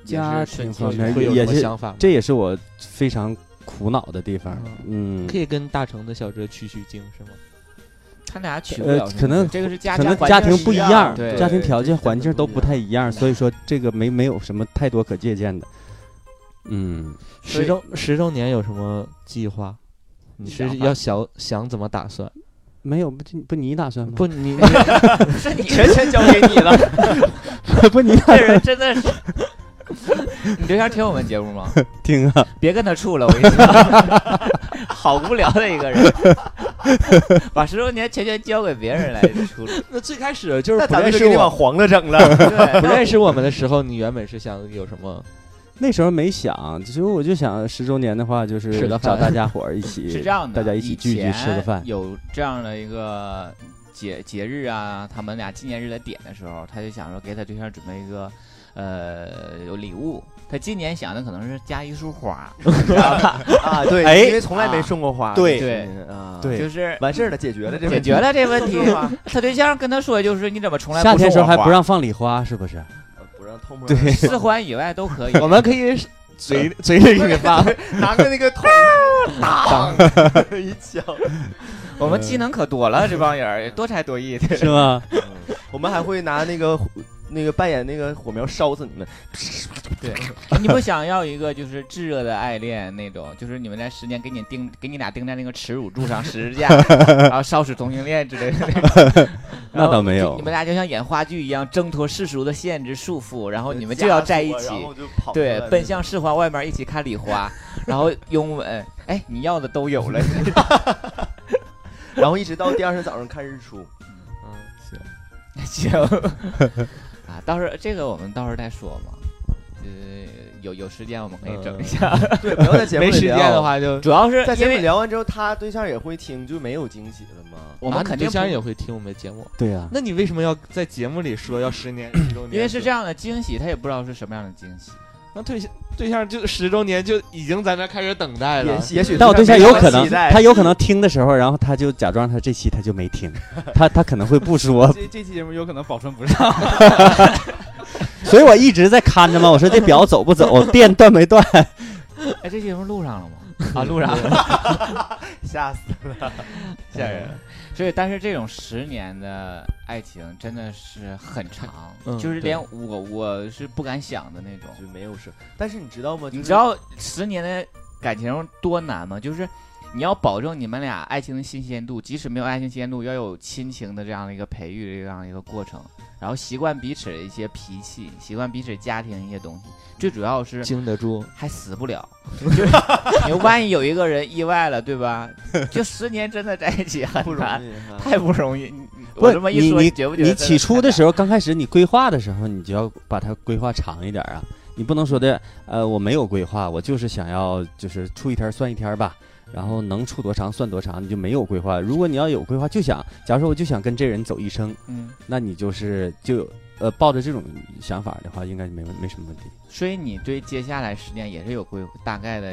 S2: 家庭
S4: 方面
S3: 会有
S4: 也
S3: 什么
S4: 是
S3: 想法？
S4: 这也是我非常苦恼的地方。嗯，
S3: 可以跟大成的小哲取取经是吗？
S2: 他俩取不
S4: 呃
S2: 了什么
S4: 可能
S2: 这个是家
S4: 可能
S2: 环
S4: 家
S2: 境
S4: 庭不
S2: 一
S4: 一
S2: 样
S4: 样，
S2: 对
S4: 家庭条件、
S5: 对
S4: 环境都
S5: 对
S4: 不太一样，所以说这个没没有什么太多可借鉴的。嗯，
S2: 所以
S3: 十周十周年有什么计划？你
S2: 想
S3: 是
S2: 法
S3: 要想想怎么打算？
S4: 没有不不你打算吗？
S3: 不，你 你
S2: 是你全权交给你了，
S4: 不你打
S2: 这人真的是。 你对象听我们节目 吗？
S4: 听啊，
S2: 别跟他处了，我跟你说， 好无聊的一个人，把十周年全权交给别人来处 理。
S3: 那最开始就
S5: 那
S3: 是不
S5: 咱们
S3: 认
S5: 就
S3: 识
S5: 给你往
S3: 我
S5: 黄了整 了，
S2: 对，
S3: 不
S2: 那
S3: 认识我们的时候，你原本是想有什 么？
S4: 那时候没想，其实我就想十周年的话，就是
S3: 吃个
S4: 找
S3: 饭
S4: 大家伙儿一 起，
S2: 是这样的，
S4: 大家一起聚
S2: 以
S4: 聚吃个
S2: 前
S4: 饭。
S2: 有这样的一个节节日啊，他们俩纪念日的点的时候，他就想说给他对象准备一个呃有礼物。他今年想的可能是加一束花，
S5: 啊，对，
S4: 哎
S5: 因为从来没送过花，
S4: 对
S5: 是啊，
S4: 对
S2: 就是
S5: 完事儿了，解决了这
S2: 解
S5: 问题
S2: 决了这 问题。他对象跟他说就是你怎么从来
S4: 夏
S2: 不
S4: 天时
S2: 送
S4: 候
S2: 我
S4: 还
S2: 花？
S4: 不让放礼花，是不是？
S5: 呃不让偷摸，
S4: 对
S2: 四环以外都可以。
S3: 我们可以嘴嘴里给你发，
S5: 拿个 那个桶，当一敲。
S2: 我们技能可多了，这帮人儿多才多艺的。
S4: 是 吗？
S5: 我们还会拿那个火那个扮演那个火苗烧死你们，
S2: 哎 你不想要一个就是炙热的爱恋那种，就是你们在十年给你钉给你俩钉在那个耻辱柱上十字架，然后烧死同性恋之类的那种。
S4: 那倒没有
S2: 你们俩就像演话剧一样，挣脱世俗的限制束缚，然后哦你们就要在一起，
S5: 啊然后就跑出来
S2: 对
S5: 了，
S2: 奔向四环外面一起看礼花，然后拥吻。哎，你要的都有了，
S5: 然后一直到第二天早上看日出。
S3: 嗯
S2: 行 啊，到时候这个我们到时候再说嘛。呃，有有时间我们可以整一下。
S5: 对，不要在节目
S3: 没
S5: 里
S3: 时间
S5: 聊
S3: 的，话就
S2: 主要是
S5: 呃在节
S2: 因为
S5: 目里聊完之后，他对象也会听，就没有惊喜了吗？
S2: 我们
S3: 啊
S2: 肯
S3: 你
S2: 定
S3: 对象
S2: 不
S3: 也会听我们的节目。
S4: 对啊呀、
S3: 那你为什么要在节目里说要十年十周年？
S2: 因为是这，样的惊喜，他也不知道是什么样的惊喜。
S3: 那对象对象就十周年就已经在那开始等
S4: 哎
S3: 待
S5: 也
S3: 了。
S5: 也许
S4: 但我对象
S5: 非
S4: 有
S5: 常
S4: 可 能
S5: 期，待
S4: 他有可能听的时候，然后他就假装他这期他就没 听，他他可能会不说，
S6: 啊 这这期节目有可能保存不上，
S4: 所以我一直在看着嘛。我说这表走不走， 电断没断？
S2: 哎，这节目录上 了吗？啊，录上 了，
S5: 吓死
S2: 吓人。 所以，但是这种十年的爱情真的是很长，
S3: 嗯
S2: 就是连我我是不敢想的那种。
S5: 就没有事。但是你知道吗？
S2: 你
S5: 就是
S2: 知道十年的感情多难吗？就是你要保证你们俩爱情的新鲜度，即使没有爱情新鲜度，要有亲情的这样的一个培育的这样的一个过程，然后习惯彼此的一些脾气，习惯彼此家庭一些东西，最主要是
S3: 经得住，
S2: 还死不了，就是你万一有一个人意外了，对吧？就十年真的在一起
S5: 不
S2: 很
S5: 容
S2: 难，
S5: 易啊，
S2: 太不容易。
S4: 不
S2: 我这么一说，
S4: 你
S2: 觉不觉得
S4: 你起初的时
S2: 候，
S4: 候，刚开始你规划的时候，你就要把它规划长一点啊。你不能说的，呃，我没有规划，我就是想要就是处一天儿算一天儿吧，然后能处多长算多长，你就没有规划。如果你要有规划，就想，假如说我就想跟这人走一生，
S2: 嗯，
S4: 那你就是就有呃抱着这种想法的话，应该没问没什么问题。
S2: 所以你对接下来十年也是有规大概的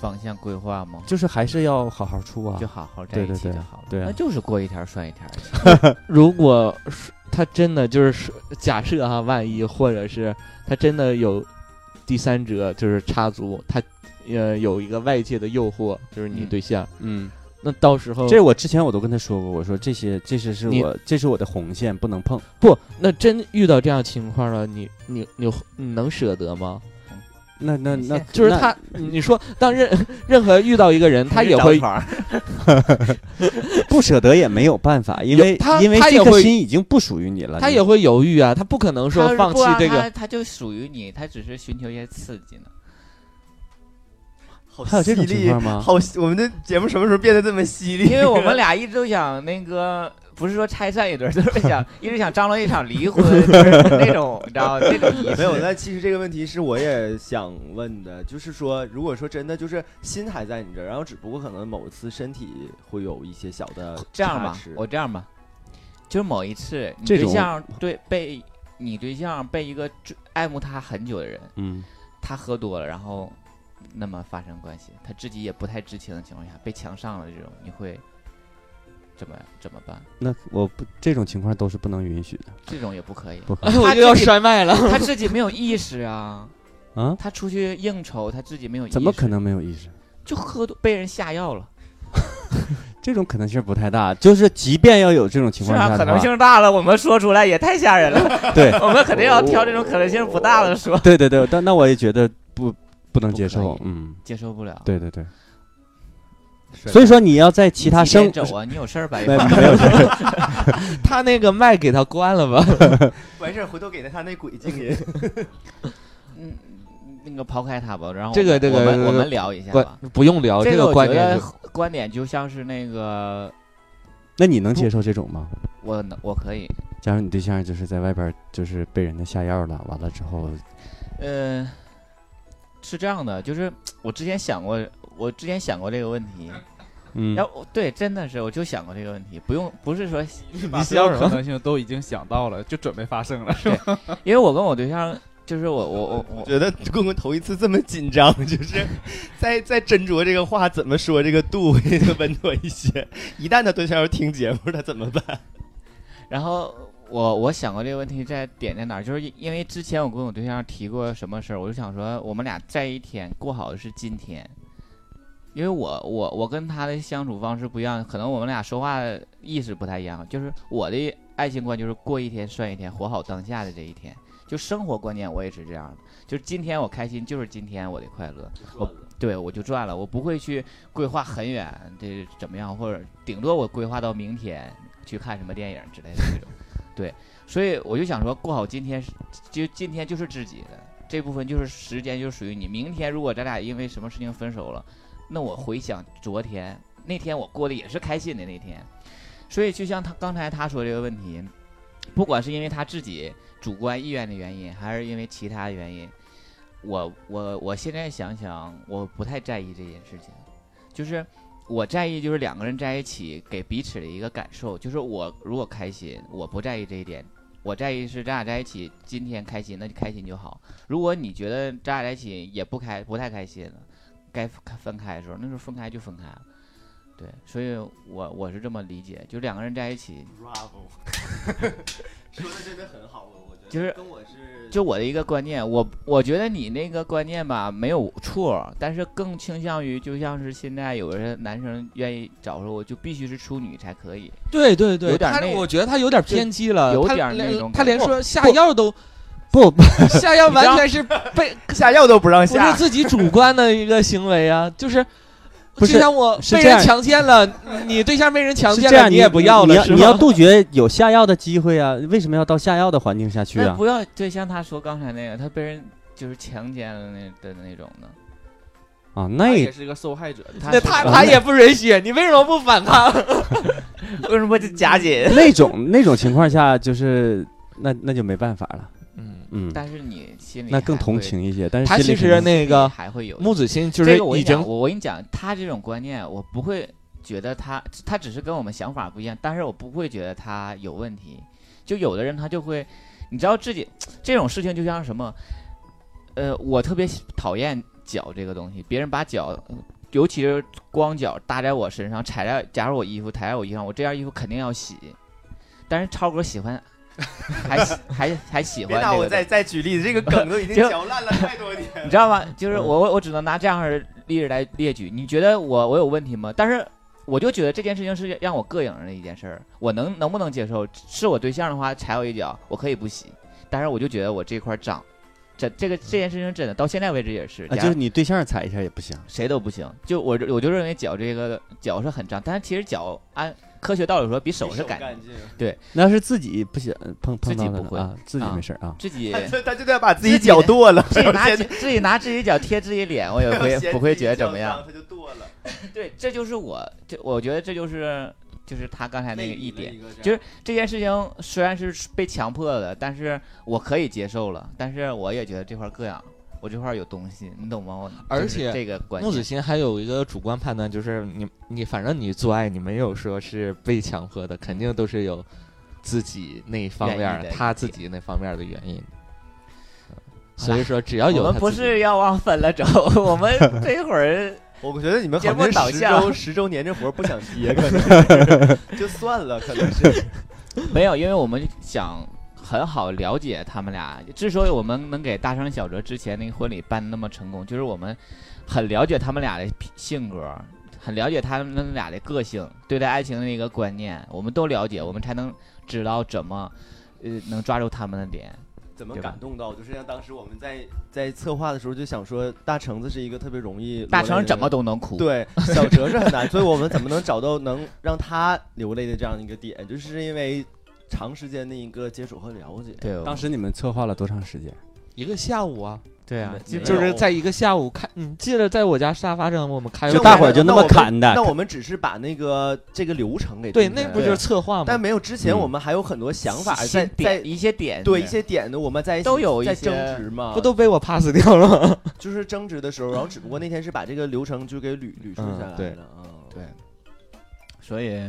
S2: 方向规划吗？
S4: 就是还是要好好处啊
S2: 就。好好在一起
S4: 对对对
S2: 就好了，
S4: 对啊
S2: 那就是过一天儿算一天儿。
S3: 如果是他真的就是说假设哈、万一或者是他真的有第三者就是插足，他呃有一个外界的诱惑，就是你
S2: 嗯
S3: 对象，
S4: 嗯，
S3: 那到时候
S4: 这我之前我都跟他说过，我说这些这些是
S3: 你
S4: 我这是我的红线，不能碰。
S3: 不，那真遇到这样情况了，你你你你能舍得吗？
S4: 那那
S2: 你
S4: 那
S2: 先
S3: 就是
S4: 那
S3: 他，你说当任 任何遇到一个人，他也会
S4: 不舍得也没有办法，因
S3: 有
S4: 为
S3: 他
S4: 因为
S3: 他也
S4: 这颗
S3: 会
S4: 心已经不属于你了。
S3: 他
S4: 你
S3: 也会犹豫啊，他不可能
S2: 他
S3: 说
S2: 是
S3: 放
S2: 不
S3: 弃
S2: 啊
S3: 这个。
S2: 他他就属于你，他只是寻求一些刺激呢。
S5: 好
S4: 还有这种
S5: 犀
S4: 情
S5: 利
S4: 况吗
S5: 好，我们的节目什么时候变得这么犀利？
S2: 因为我们俩一直都想那个，不是说拆散一对儿，就是想 一直想张罗一场离婚，就是那种，你知道吗那种仪
S5: 没有，
S2: 式。
S5: 那其实这个问题是我也想问的，就是说，如果说真的就是心还在你这儿，然后只不过可能某一次身体会有一些小的
S2: 这样 吧
S5: 差池，
S2: 我这样吧，就是某一次你
S4: 这
S2: 对
S4: 种
S2: 象对被你对象被一个追爱慕他很久的人，
S4: 嗯，
S2: 他喝多了，然后那么发生关系，他自己也不太知情的情况下被强上了，这种你会怎么怎么办？
S4: 那我不这种情况都是不能允许的，
S2: 这种也不可以，
S4: 不可
S3: 哎
S4: 以
S3: 我
S2: 他
S3: 又要
S2: 自己
S3: 摔麦了，
S2: 他自己没有意识啊，
S4: 啊！
S2: 他出去应酬，他自己没有意识，
S4: 怎么可能没有意识？
S2: 就喝多被人下药了？
S4: 这种可能性不太大，就是即便要有这种情
S2: 是
S4: 况下
S2: 啊，可
S4: 的话，
S2: 能性大了，我们说出来也太吓人 了，
S4: 对
S2: 我们肯定要挑这种可能性不大的说，
S4: 对对对，但那我也觉得不不能
S2: 不
S4: 接
S2: 可
S4: 受
S2: 以，
S4: 嗯，
S2: 接受不了。
S4: 对对对，
S5: 是
S4: 所以说你要在其他
S2: 你几
S4: 生
S2: 点走啊，你有事儿吧？
S4: 没没有事，
S3: 他那个麦给他关了吧。
S5: 完事儿回头给他他那鬼精音。
S2: 嗯，那个抛开他吧，然后
S3: 这个
S2: 我们
S3: 这个
S2: 我
S3: 这
S2: 们
S3: 个
S2: 我们聊一下
S3: 不
S2: 吧。，
S3: 不用聊
S2: 哎这
S3: 个
S2: 我
S3: 观
S2: 觉
S3: 点
S2: 得
S3: 是，
S2: 观点就像是那个
S4: 那你能接受这种吗？
S2: 我能我可以，
S4: 假如你对象就是在外边儿就是被人家下药了，完了之后，
S2: 呃，是这样的，就是我之前想过，我之前想过这个问题，
S4: 嗯
S2: 要我对，真的是我就想过这个问题，不用不是 说
S6: 你
S3: 笑什么
S6: 可能性都已经想到了，就准备发生了。
S2: 因为我跟我对象，就是我我我
S5: 我
S2: 我，
S5: 觉得棍棍头一次这么紧张， 就是在在斟酌这个话怎么说，这个度会稳妥一些。一旦他对象要听节目，他怎么办？
S2: 然后我我想过这个问题在点在哪儿，就是因为之前我跟我对象提过什么事儿，我就想说我们俩在一天过好的是今天，因为我我我跟他的相处方式不一样，可能我们俩说话意识不太一样，就是我的爱情观就是过一天算一天，活好当下的这一天。就生活观念我也是这样的，就是今天我开心就是今天我的快乐，我对我就赚了，我不会去规划很远这怎么样，或者顶多我规划到明天去看什么电影之类的这种，对，所以我就想说过好今天是，就今天就是自己的这部分就是时间就属于你，明天如果咱俩因为什么事情分手了，那我回想昨天那天我过的也是开心的那天，所以就像他刚才他说这个问题，不管是因为他自己主观意愿的原因，还是因为其他原因，我我我现在想想，我不太在意这件事情，就是我在意就是两个人在一起给彼此的一个感受，就是我如果开心，我不在意这一点。我在意是咱俩在一起，今天开心，那就开心就好。如果你觉得咱俩在一起也不开不太开心了，该分分开的时候，那时候分开就分开了。对，所以我我是这么理解，就两个人在一起，
S5: Bravo，说的真的很好，我我
S2: 就
S5: 觉得
S2: 是
S5: 跟我是
S2: 就我的一个观念，我我觉得你那个观念吧没有错，但是更倾向于就像是现在有人男生愿意找说我就必须是处女才可以，
S3: 对对对，
S2: 有点
S3: 他
S2: 那
S3: 我觉得他有点偏激了，
S2: 有
S3: 他
S2: 点那
S3: 连
S2: 种
S3: 他
S2: 感
S3: 连
S2: 觉
S3: 说下
S4: 不
S3: 药都
S4: 不不，
S3: 下药，
S2: 你知道
S3: 完全是被
S5: 下药都不让
S3: 不是。自己主观的一个行为啊，就是。
S4: 不是
S3: 就像我
S4: 是
S3: 被
S4: 这
S3: 人
S4: 样
S3: 强奸了，你对象被人强
S4: 是
S3: 奸
S4: 这
S3: 了，
S4: 样
S3: 你也不要
S4: 你
S3: 了，
S4: 要
S3: 是
S4: 你要
S3: 吗
S4: 杜绝有下药的机会啊，为什么要到下药的环境下去
S2: 那
S4: 啊？
S2: 不要对像他说刚才那个，他被人就是强奸了那的那种的，
S6: 他
S4: 啊，那
S6: 也是一个受害者，
S2: 他是
S3: 那他他也不允许，你为什么不反抗？
S2: 为什么就夹紧？
S4: 那种那种情况下就是那那就没办法了，
S3: 嗯，
S4: 嗯，
S2: 但是你心里
S4: 那更
S2: 还
S4: 同
S2: 会，
S4: 情一些，但是
S3: 他
S4: 心
S3: 其
S4: 里肯
S3: 实
S4: 定
S3: 那
S2: 心里
S3: 个
S2: 还会有
S3: 木子心就
S2: 这
S3: 是
S2: 个我跟
S3: 已
S2: 你讲，
S3: 经
S2: 我我跟你讲，他这种观念，我不会觉得他他只是跟我们想法不一样，但是我不会觉得他有问题。就有的人他就会，你知道自己这种事情就像什么，呃，我特别喜讨厌脚这个东西，别人把脚。尤其是光脚搭在我身上，踩在假如我衣服踩在我衣服上，我这件衣服肯定要洗。但是超哥喜欢，还喜还还喜欢、
S5: 别
S2: 这个
S5: 拿
S2: 东西。
S5: 我再再举例子，这个梗都已经
S2: 就
S5: 嚼烂了太多年了
S2: 你知
S4: 嗯
S2: 道吗？就是我我只能拿这样的例子来列举。你觉得我我有问题吗？但是我就觉得这件事情是让我膈应的一件事儿，我能能不能接受？是我对象的话踩我一脚，我可以不洗，但是我就觉得我这块儿脏，这这个这件事情真的到现在为止也是，
S4: 啊，
S2: 假
S4: 就
S2: 如
S4: 是你对象踩一下也不行。
S2: 谁都不行。就我我就认为脚这个脚是很脏，但是其实脚按科学道理说比手是干净，
S5: 净，
S4: 那要是自己不行碰碰到
S2: 自己
S4: 的
S2: 不会
S4: 啊，自己没事儿啊。
S2: 自己
S5: 他就他就在把自己
S2: 自己
S5: 脚剁了，
S2: 自己拿
S5: 然后现
S2: 自己拿自己脚贴自己脸，我也
S5: 在
S2: 不会
S5: 嫌
S2: 不会
S5: 自己
S2: 觉得怎
S5: 脚
S2: 么样
S5: 脏。他就剁了。
S2: 对，这就是我，这我觉得这就是就是他刚才那个
S5: 内
S2: 一
S5: 娱的
S2: 点，
S5: 一个这样
S2: 就是这件事情虽然是被强迫的，但是我可以接受了，但是我也觉得这块儿膈应，我这块儿有东西，你懂吗？我
S3: 而
S2: 就是
S3: 且
S2: 这个关
S3: 木子
S2: 键，
S3: 欣还有一个主观判断，就是你你反正你做爱，你没有说是被强迫的，肯定都是有自己那一方面
S2: 愿意
S3: 儿，
S2: 的
S3: 他自己那方面儿的原因。所以说，只要有
S2: 我们
S3: 他
S2: 不
S3: 自己
S2: 是要往分了走， 我们这会儿
S5: 我觉得你们
S2: 节
S5: 好
S2: 目导
S5: 像十
S2: 向
S5: 周十周年这活儿不想接，可能 是就算了，可能是
S2: 没有，因为我们想很好了解他们俩。之所以我们能给大张小哲之前那个婚礼办得那么成功，就是我们很了解他们俩的脾性格，很了解他们俩的个性，对待爱情的一个观念，我们都了解，我们才能知道怎么。呃，能抓住他们的点，
S5: 怎么
S2: 对吧
S5: 感动到？就是像当时我们在在策划的时候就想说，大橙子是一个特别容易
S2: 大
S5: 落泪的
S2: 成怎
S5: 人
S2: 么都能哭。，
S5: 对，小哲是很难，所以我们怎么能找到能让他流泪的这样一个点？就是因为长时间的一个接触和了解。
S2: 对，
S4: 当时你们策划了多长时间？
S3: 一个下午啊，
S2: 对啊，
S5: 基本
S3: 就
S5: 没
S3: 是
S5: 有
S3: 在一个下午开，你记得在我家沙发上我们开
S1: 哎
S5: 那
S4: 就
S5: 我
S3: 会
S4: 大
S5: 们
S4: 伙儿就那
S5: 那
S4: 么
S5: 我们
S4: 砍的
S5: 那我们只是把那个这个流程给
S3: 对，
S5: 定下
S3: 那
S5: 来
S3: 不就是策划吗？
S5: 但没有之前
S4: 嗯
S5: 我们还有很多想法
S2: 新
S5: 在在
S2: 点一些点，
S5: 对一些点呢，我们在一起
S2: 都有一
S5: 在
S2: 些
S5: 争执嘛，
S3: 不都被我 pass 掉了 吗？
S5: 就是争执的时候，然后只不过那天是把这个流程就给捋捋顺
S3: 嗯
S5: 下来
S3: 对
S5: 了啊。
S2: 对，所以，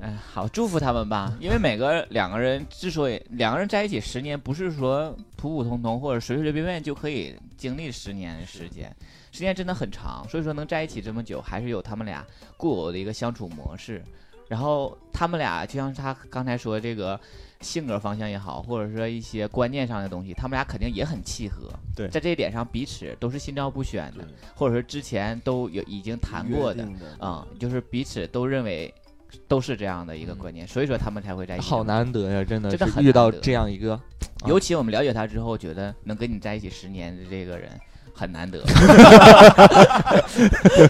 S2: 哎，好，祝福他们吧。因为每个两个人之所以两个人在一起十年，不是说普普通通或者随随便便就可以经历十年的时间，时间真的很长。所以说能在一起这么久，还是有他们俩固有的一个相处模式。然后他们俩就像他刚才说的这个性格方向也好，或者说一些观念上的东西，他们俩肯定也很契合。
S4: 对
S2: 在这一点上彼此都是心照不宣的
S5: 对，
S2: 或者说之前都有已经谈过的
S5: 约。定的
S2: 啊、就是彼此都认为都是这样的一
S5: 嗯
S2: 个观念，所以说他们才会在一起。
S3: 好，难得呀，真的
S2: 哎真的
S3: 是
S2: 很
S3: 遇到
S2: 难得
S3: 这样一个啊
S2: 尤其我们了解他之后，觉得能跟你在一起十年的这个人很难 得，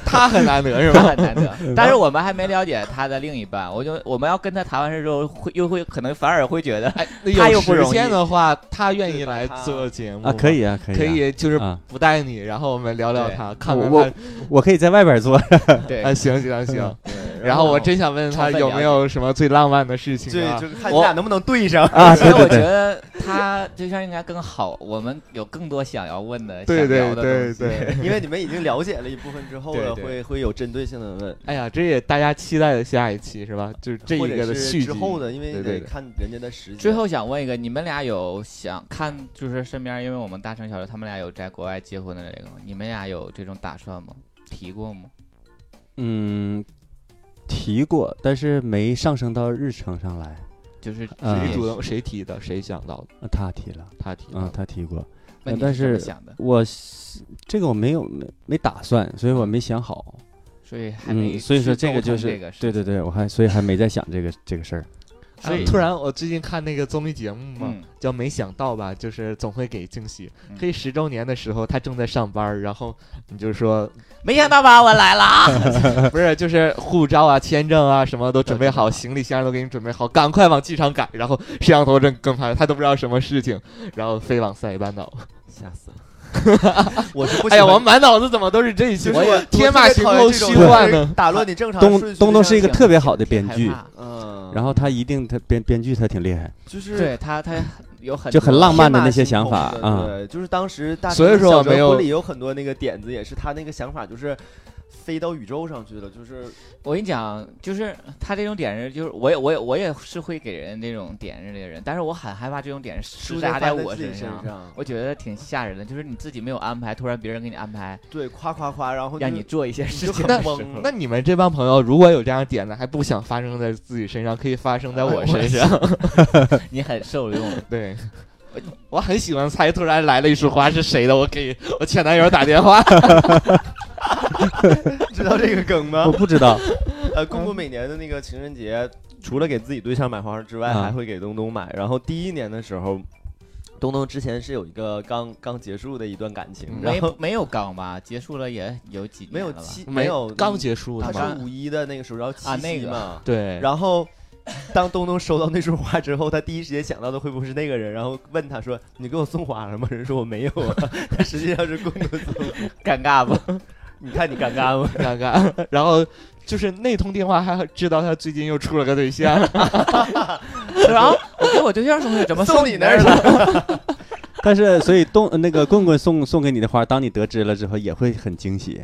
S3: 他很难得是吧？
S2: 很难 得。但是我们还没了解他的另一半，我就我们要跟他谈完事之后，会又会可能反而会 觉得，
S3: 哎，
S2: 他
S3: 那
S2: 又
S3: 有
S2: 不
S3: 时
S2: 容易
S3: 间的话，他愿意
S5: 对
S3: 来
S5: 他
S3: 做节目
S4: 啊，可以
S3: 吗，
S4: 啊，可
S3: 嗯
S4: 以啊，
S3: 可以，就是
S4: 啊，
S3: 不带你，然后我们聊聊
S2: 对
S3: 他，看看
S4: 我
S3: 他
S4: 我可以在外边做。
S2: 对
S3: 啊，行行行。然后我真想问他
S2: 嗯充分
S3: 有
S2: 了
S3: 没有什么最浪漫的事情
S5: 对，
S3: 啊？
S5: 就是看你俩能不能对上。
S4: 啊
S2: 所以
S4: 对
S2: 我
S4: 对
S2: 觉
S4: 对
S2: 得他对象应该更好，我们有更多想要问的、
S3: 对
S2: 想
S3: 对
S2: 聊的东
S3: 对
S2: 西。
S3: 对，
S5: 因为你们已经了解了一部分之后
S3: 对
S5: 了，
S3: 对
S5: 会会有针对性的问，
S3: 哎呀，这也大家期待的下一期是吧？就是这一
S5: 或者
S3: 个的
S5: 是
S3: 续集
S5: 之后的，因为
S3: 对
S5: 得
S3: 对对
S5: 看人家的时间。
S2: 最后想问一个，你们俩有想看，就是身边，因为我们大成小刘他们俩有在国外结婚的这个吗？你们俩有这种打算吗？提过吗？
S4: 嗯，提过，但是没上升到日程上来。
S2: 就是
S4: 嗯
S3: 谁主动谁提的，谁想到的，
S4: 啊他提了，
S3: 他提
S4: 啊，
S3: 的。
S4: 他提过。
S2: 那你
S4: 呃但
S2: 是怎么
S4: 是
S2: 想的，
S4: 我是这个我没有没没打算，所以我没想好。
S2: 所以还没去沟通个事
S4: 嗯，
S2: 情、
S4: 所以说这个就是对
S2: 对
S4: 对对，我还所以还没在想这个这个事儿。
S2: 所以
S3: 啊突
S5: 嗯
S3: 然我最近看那个综艺节目嘛，
S2: 嗯，
S3: 叫没想到吧，就是总会给惊喜。
S2: 嗯
S3: 黑十周年的时候，他正在上班儿，然后你就说
S2: 没想到吧，我来了啊！
S3: 不是，就是护照啊、签证啊什么都准备好，
S2: 都准备好
S3: 行李箱都给你准备好，赶快往机场赶。然后摄像头正跟拍，他都不知道什么事情，然后飞往塞班岛。
S5: 吓死了，我是不喜
S3: 哎呀，
S5: 欢
S3: 我满脑子怎么都是这些？
S5: 就是我
S3: 天马行空虚幻呢。
S5: 打乱你正常
S4: 东
S5: 顺序的
S4: 东东是一个
S5: 这 样
S4: 特别好的 编剧
S2: 害，怕
S5: 嗯，
S4: 然后他一定他编编剧他挺厉 害，
S5: 就是
S2: 对他他有很
S4: 就很
S2: 多
S4: 浪漫的那些想法
S5: 天马行空
S4: 啊
S5: 的。对，就是当时大
S3: 所以说
S5: 小
S3: 我没有
S5: 哲婚礼有很多那个点子，也是他那个想法就是飞到宇宙上去了，就是
S2: 我跟你讲，就是他这种点是，就是我也我也我也是会给人这种点是这个人，但是我很害怕这种点是施
S5: 直接
S2: 加
S5: 发在
S2: 我
S5: 自己
S2: 身
S5: 身
S2: 上。我觉得挺吓人的，就是你自己没有安排，突然别人给你安排，
S5: 对，夸夸夸，然后就
S2: 让你做一些
S5: 你
S2: 事
S5: 就
S2: 情
S5: 很
S2: 的时候
S5: 懵，
S3: 那你们这帮朋友如果有这样点子，还不想发生在自己身上，可以发生在我身 上。
S2: 你很受用。
S3: 对，我很喜欢猜，突然来了一束花是谁的，我给我前 男友打电话。
S5: 知道这个梗吗
S4: 我？不知道，
S5: 呃，姑姑每年的那个情人节，除了给自己对象买花之外，
S4: 啊
S5: 还会给东东买。然后第一年的时候，东东之前是有一个刚刚结束的一段感情，
S2: 嗯
S5: 然
S2: 没
S5: 后
S2: 没有刚吧？结束了也有几年
S5: 没有
S2: 了吧
S5: 七没有
S3: 哎
S5: 嗯
S3: 刚结束
S5: 他
S3: 的
S2: 啊
S3: 吗？
S5: 是五一的那个时候，然后
S2: 啊
S5: 七
S2: 那
S5: 夕
S2: 个
S5: 嘛，
S3: 对，
S5: 然后。当东东收到那束花之后，他第一时间想到的会不会是那个人？然后问他说：“你给我送花了吗？”人说：“我没有啊。”他实际上是公公送的。
S2: 尴尬 不？
S5: 你看你尴 尬吗？
S3: 尴尬。然后就是那通电话，还知道他最近又处了个对象。
S2: 然后我给我对象 送去，怎么
S5: 送
S2: 你
S5: 你那儿
S2: 了？
S5: 了。
S4: 但是所以东呃那个棍棍送送给你的花，当你得知了之后，也会很惊喜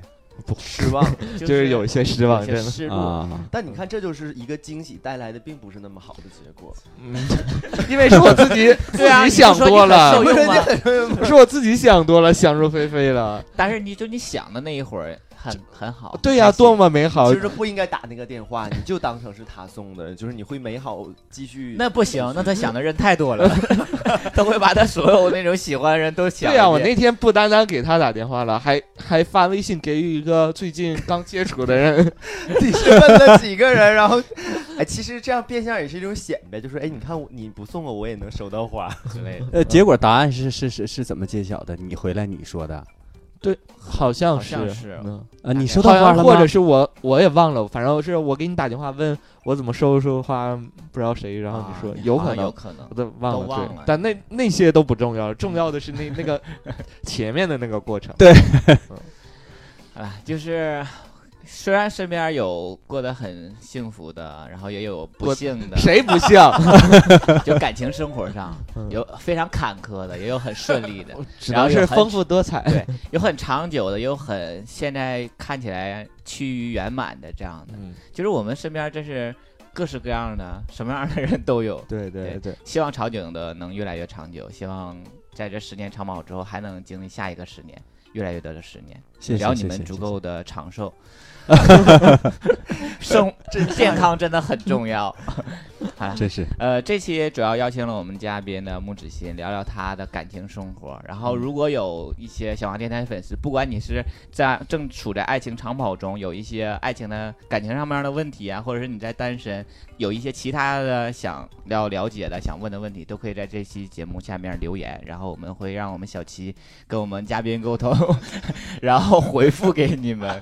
S5: 失望。
S2: 就
S3: 就是有一些失望，
S2: 有
S3: 真
S2: 些
S3: 的。
S2: 失落。
S4: 啊。
S5: 但你看，这就是一个惊喜带来的，并不是那么好的结果。
S3: 因为是我自 己嗯自
S2: 对啊
S3: 己想多
S2: 你
S3: 了
S2: 就，说 你很受用嘛。啊
S3: 是我自己想多了，想入非非了。
S2: 但是你就你想的那一会儿很很好。
S3: 对呀、
S2: 开心
S3: 多么美好
S5: 其！实不应该打那个电话，你就当成是他送的，就是你会美好继续。
S2: 那不行，那他想的人太 多了，他会把他所有那种喜欢的人都想一遍。
S3: 对呀、啊我那天不单单给他打电话了，还还发微信给予一个最近刚接触的 人。
S5: 你是问了几个人，然后，哎，其实这样变相也是一种显摆，就是哎，你看我你不送我，我也能收到花。
S2: 之类的，
S4: 呃，结果答案是是是是怎么揭晓的？你回来你说
S2: 啊
S4: 的
S3: 好像
S2: 好
S3: 是，
S2: 像是
S3: 嗯，
S4: 啊？你收到
S3: 好
S4: 花
S3: 像
S4: 了
S3: 或者
S4: 吗？
S3: 是我我也忘了，反正是我给你打电话问我怎么收收花，不知道谁，然后
S2: 啊
S3: 你说、
S2: 好
S3: 有可
S2: 像有
S3: 能，
S2: 可能
S3: 我。都忘了，
S2: 都忘
S3: 对
S2: 了
S3: 但那那些都不重要，重要的是那那 个前面的那个过程。
S2: 好吧，哎就是虽然身边有过得很幸福的，然后也有不
S3: 我
S2: 幸 的，
S3: 谁不像？
S2: 就感情生活上
S3: 嗯
S2: 有非常坎坷的，也有很顺利 的，
S3: 只
S2: 然后
S3: 能
S2: 有
S3: 是
S2: 很
S3: 丰富多彩。
S2: 对有很长久的，也有很现在看起来趋于圆满的这样的。
S3: 嗯，
S2: 就是我们身边真是各式各样的，什么样的人都有。
S3: 对对
S2: 对
S3: 对，
S2: 希望长景的能越来越长久，希望在这十年长跑之后，还能经历下一个十年，越来越多的十年。
S4: 谢谢
S2: 只要你
S4: 谢谢
S2: 们
S4: 谢
S2: 足
S4: 谢
S2: 够的长寿， 生 健康真的很重要。 好了，
S4: 真是
S2: 呃，这期主要邀请了我们嘉宾的木子欣，聊聊她的感情生活。然后，如果有一些小王电台粉丝，不管你是在正处在爱情长跑中，有一些爱情的感情上面的问题啊，或者是你在单身，有一些其他的想要了解的、想问的问题，都可以在这期节目下面留言，然后我们会让我们小七跟我们嘉宾沟通， 然后回复给你们。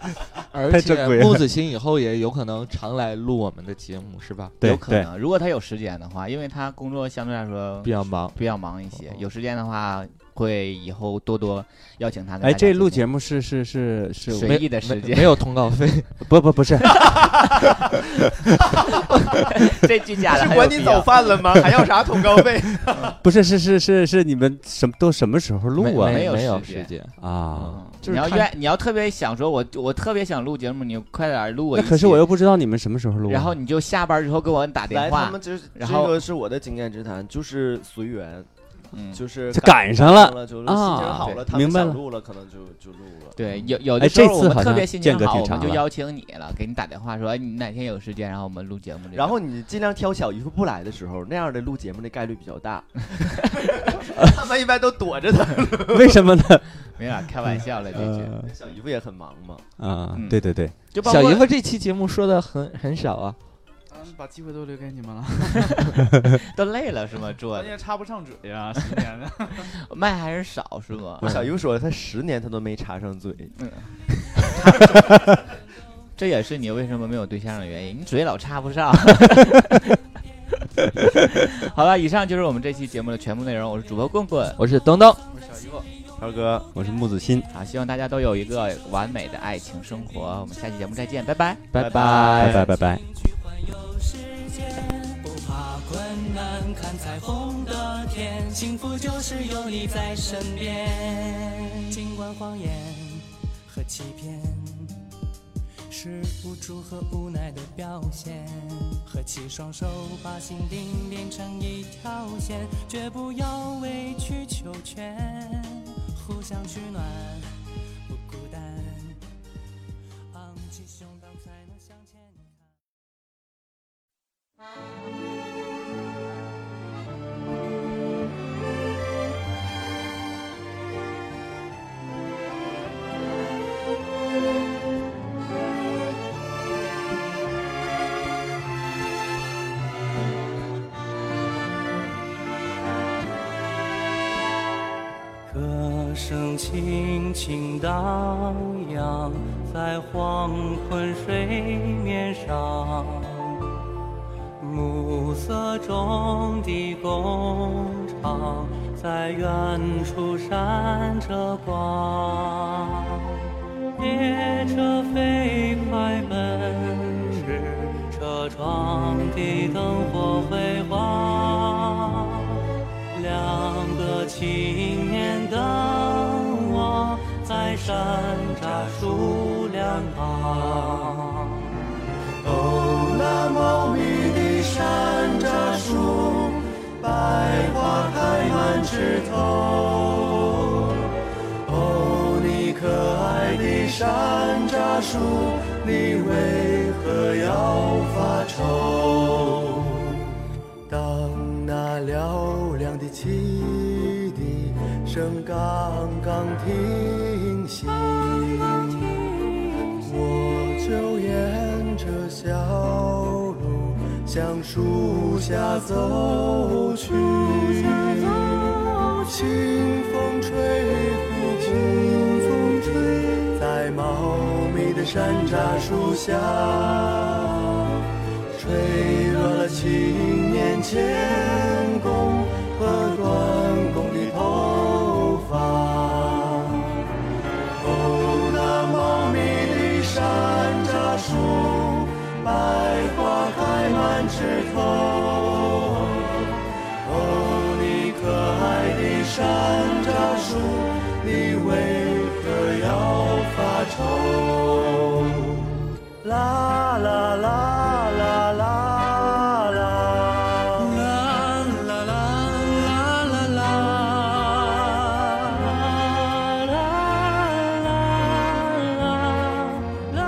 S3: 而
S4: 太
S3: 且
S4: 正规了
S3: 木子欣以后也有可能常来录我们的节目，是吧？
S4: 对
S2: 有可
S4: 对，
S2: 能，如果他有时间的话，因为他工作相对来说
S3: 比较忙，
S2: 比较忙一些
S3: 哦，
S2: 有时间的话会以后多多邀请他来。
S4: 哎，这录节目是是是是
S2: 随意的时
S3: 没没
S2: 间，
S3: 有通告费。
S4: 不不不是
S2: 这句假的
S5: 是
S2: 很有
S5: 管你
S2: 必
S5: 早
S2: 要。
S5: 饭了吗？还要啥通告费？
S4: 不是是是是是你们什么都什么时候录啊
S2: 没
S3: 没
S2: 有
S3: 没有
S2: 时
S3: 时
S2: 间
S3: 间，
S4: 啊？
S2: 嗯
S3: 就
S2: 你
S3: 是
S2: 要
S3: 看
S2: 愿，你要特别想说我，我特别想录节目，你快点录我
S4: 那
S2: 一期。
S4: 可是我又不知道你们什么时候录啊。
S2: 然后你就下班之后给我打
S5: 来，
S2: 电
S5: 他
S2: 话
S5: 们，就是这
S2: 然后
S5: 个是我的经验之谈，就是随缘，
S2: 嗯，
S5: 就是
S4: 就赶上了
S5: 了，就是心情
S4: 啊
S5: 好
S4: 对
S5: 了，他们
S4: 明白
S5: 想
S4: 了
S5: 录了，可能就就录了。
S2: 对，有有
S4: 哎
S2: 的时
S4: 这
S2: 候我
S4: 次
S2: 们
S4: 好
S2: 特别
S4: 像
S2: 心
S4: 间
S2: 情
S4: 隔
S2: 好，
S4: 挺
S2: 我
S4: 长
S2: 们就
S4: 了
S2: 邀请你了，给你打电话说哎你哪天有时间，然后我们录节目这种。
S5: 然后你尽量挑小姨夫不来的时候，那样的录节目的概率比较大。 他们一般都躲着他。
S4: 为什 么呢？
S2: 没法开玩笑了，这句
S4: 呃
S5: 小姨夫也很忙嘛，
S4: 啊
S2: 嗯，
S4: 对对对，
S2: 就包
S3: 小姨
S2: 括
S3: 夫这期节目说的很很少啊，
S6: 嗯，把机会都留给你们了，
S2: 都累了是吗？做
S6: 关
S2: 的
S6: 键插不上嘴呀、十年的。
S2: 麦还是少是吗？
S5: 我小姨夫说他十年他都没插上嘴，
S2: 这也是你为什么没有对象的原因，你嘴老插不上。 好了，以上就是我们这期节目的全部内容。我是主播棍棍，
S3: 我是东东，
S6: 我是小姨夫。
S5: 超哥。
S4: 我是木子欣，
S2: 啊，希望大家都有一个完美的爱情生活。我们下期节目再见，拜拜。
S3: 拜
S5: 拜
S4: 拜拜拜拜。
S7: 去环游世界，不怕困难，看彩虹的天，幸福就是有你在身边。尽管谎言和欺骗是无助和无奈的表现，合起双手把心灵连成一条线，绝不要委曲求全，互相取暖，不孤单，昂起胸膛才能向前看。
S8: 我
S7: 声轻轻荡漾在黄昏水面上，暮色中的工厂在远处闪着光，列车飞快奔驰，车窗的灯火辉煌。两个青年等我在山楂树两旁。
S1: 哦，那茂密的山楂树，百花开满枝头。哦，你可爱的山楂树，你为何要发愁？当那嘹亮的汽笛声刚刚停息。我就沿着小路向树下走去，清风吹拂，在茂密的山楂树下，吹乱了青年监工和短工的头发。哦，那茂密的山楂树，百花开满枝头。哦，你可爱的山楂树，你为何要发愁？啦啦啦啦啦啦。
S7: 啦啦啦啦啦啦啦啦啦啦啦！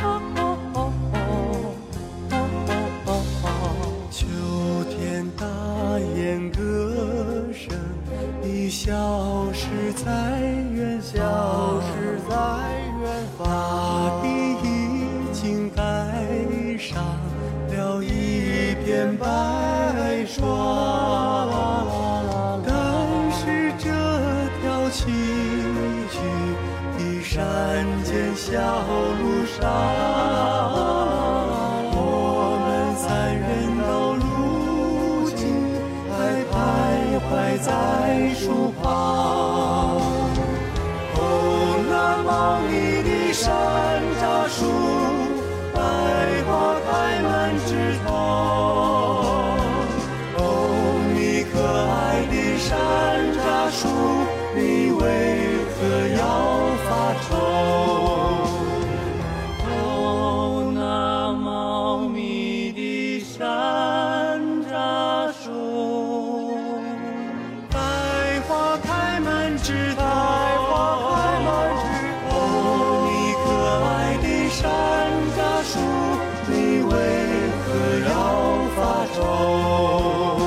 S7: 哦哦哦哦哦哦哦！
S1: 秋天大雁歌声已消失在远消失在远方。大地已经盖上了一片白霜，但是这条崎岖的山间小路上，我们三人到如今还徘徊在树旁。哦，那茂密的山楂树，百花开满枝头。哦，你可爱的山楂树，你为何要发愁？
S7: 哦，那茂密的山楂树，
S1: 百花开满枝头，哦，你可爱的山楂树，哦你为何要发愁？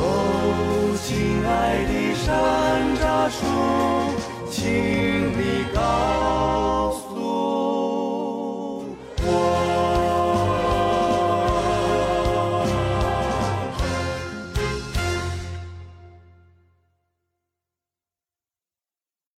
S1: 哦，亲爱的山楂树。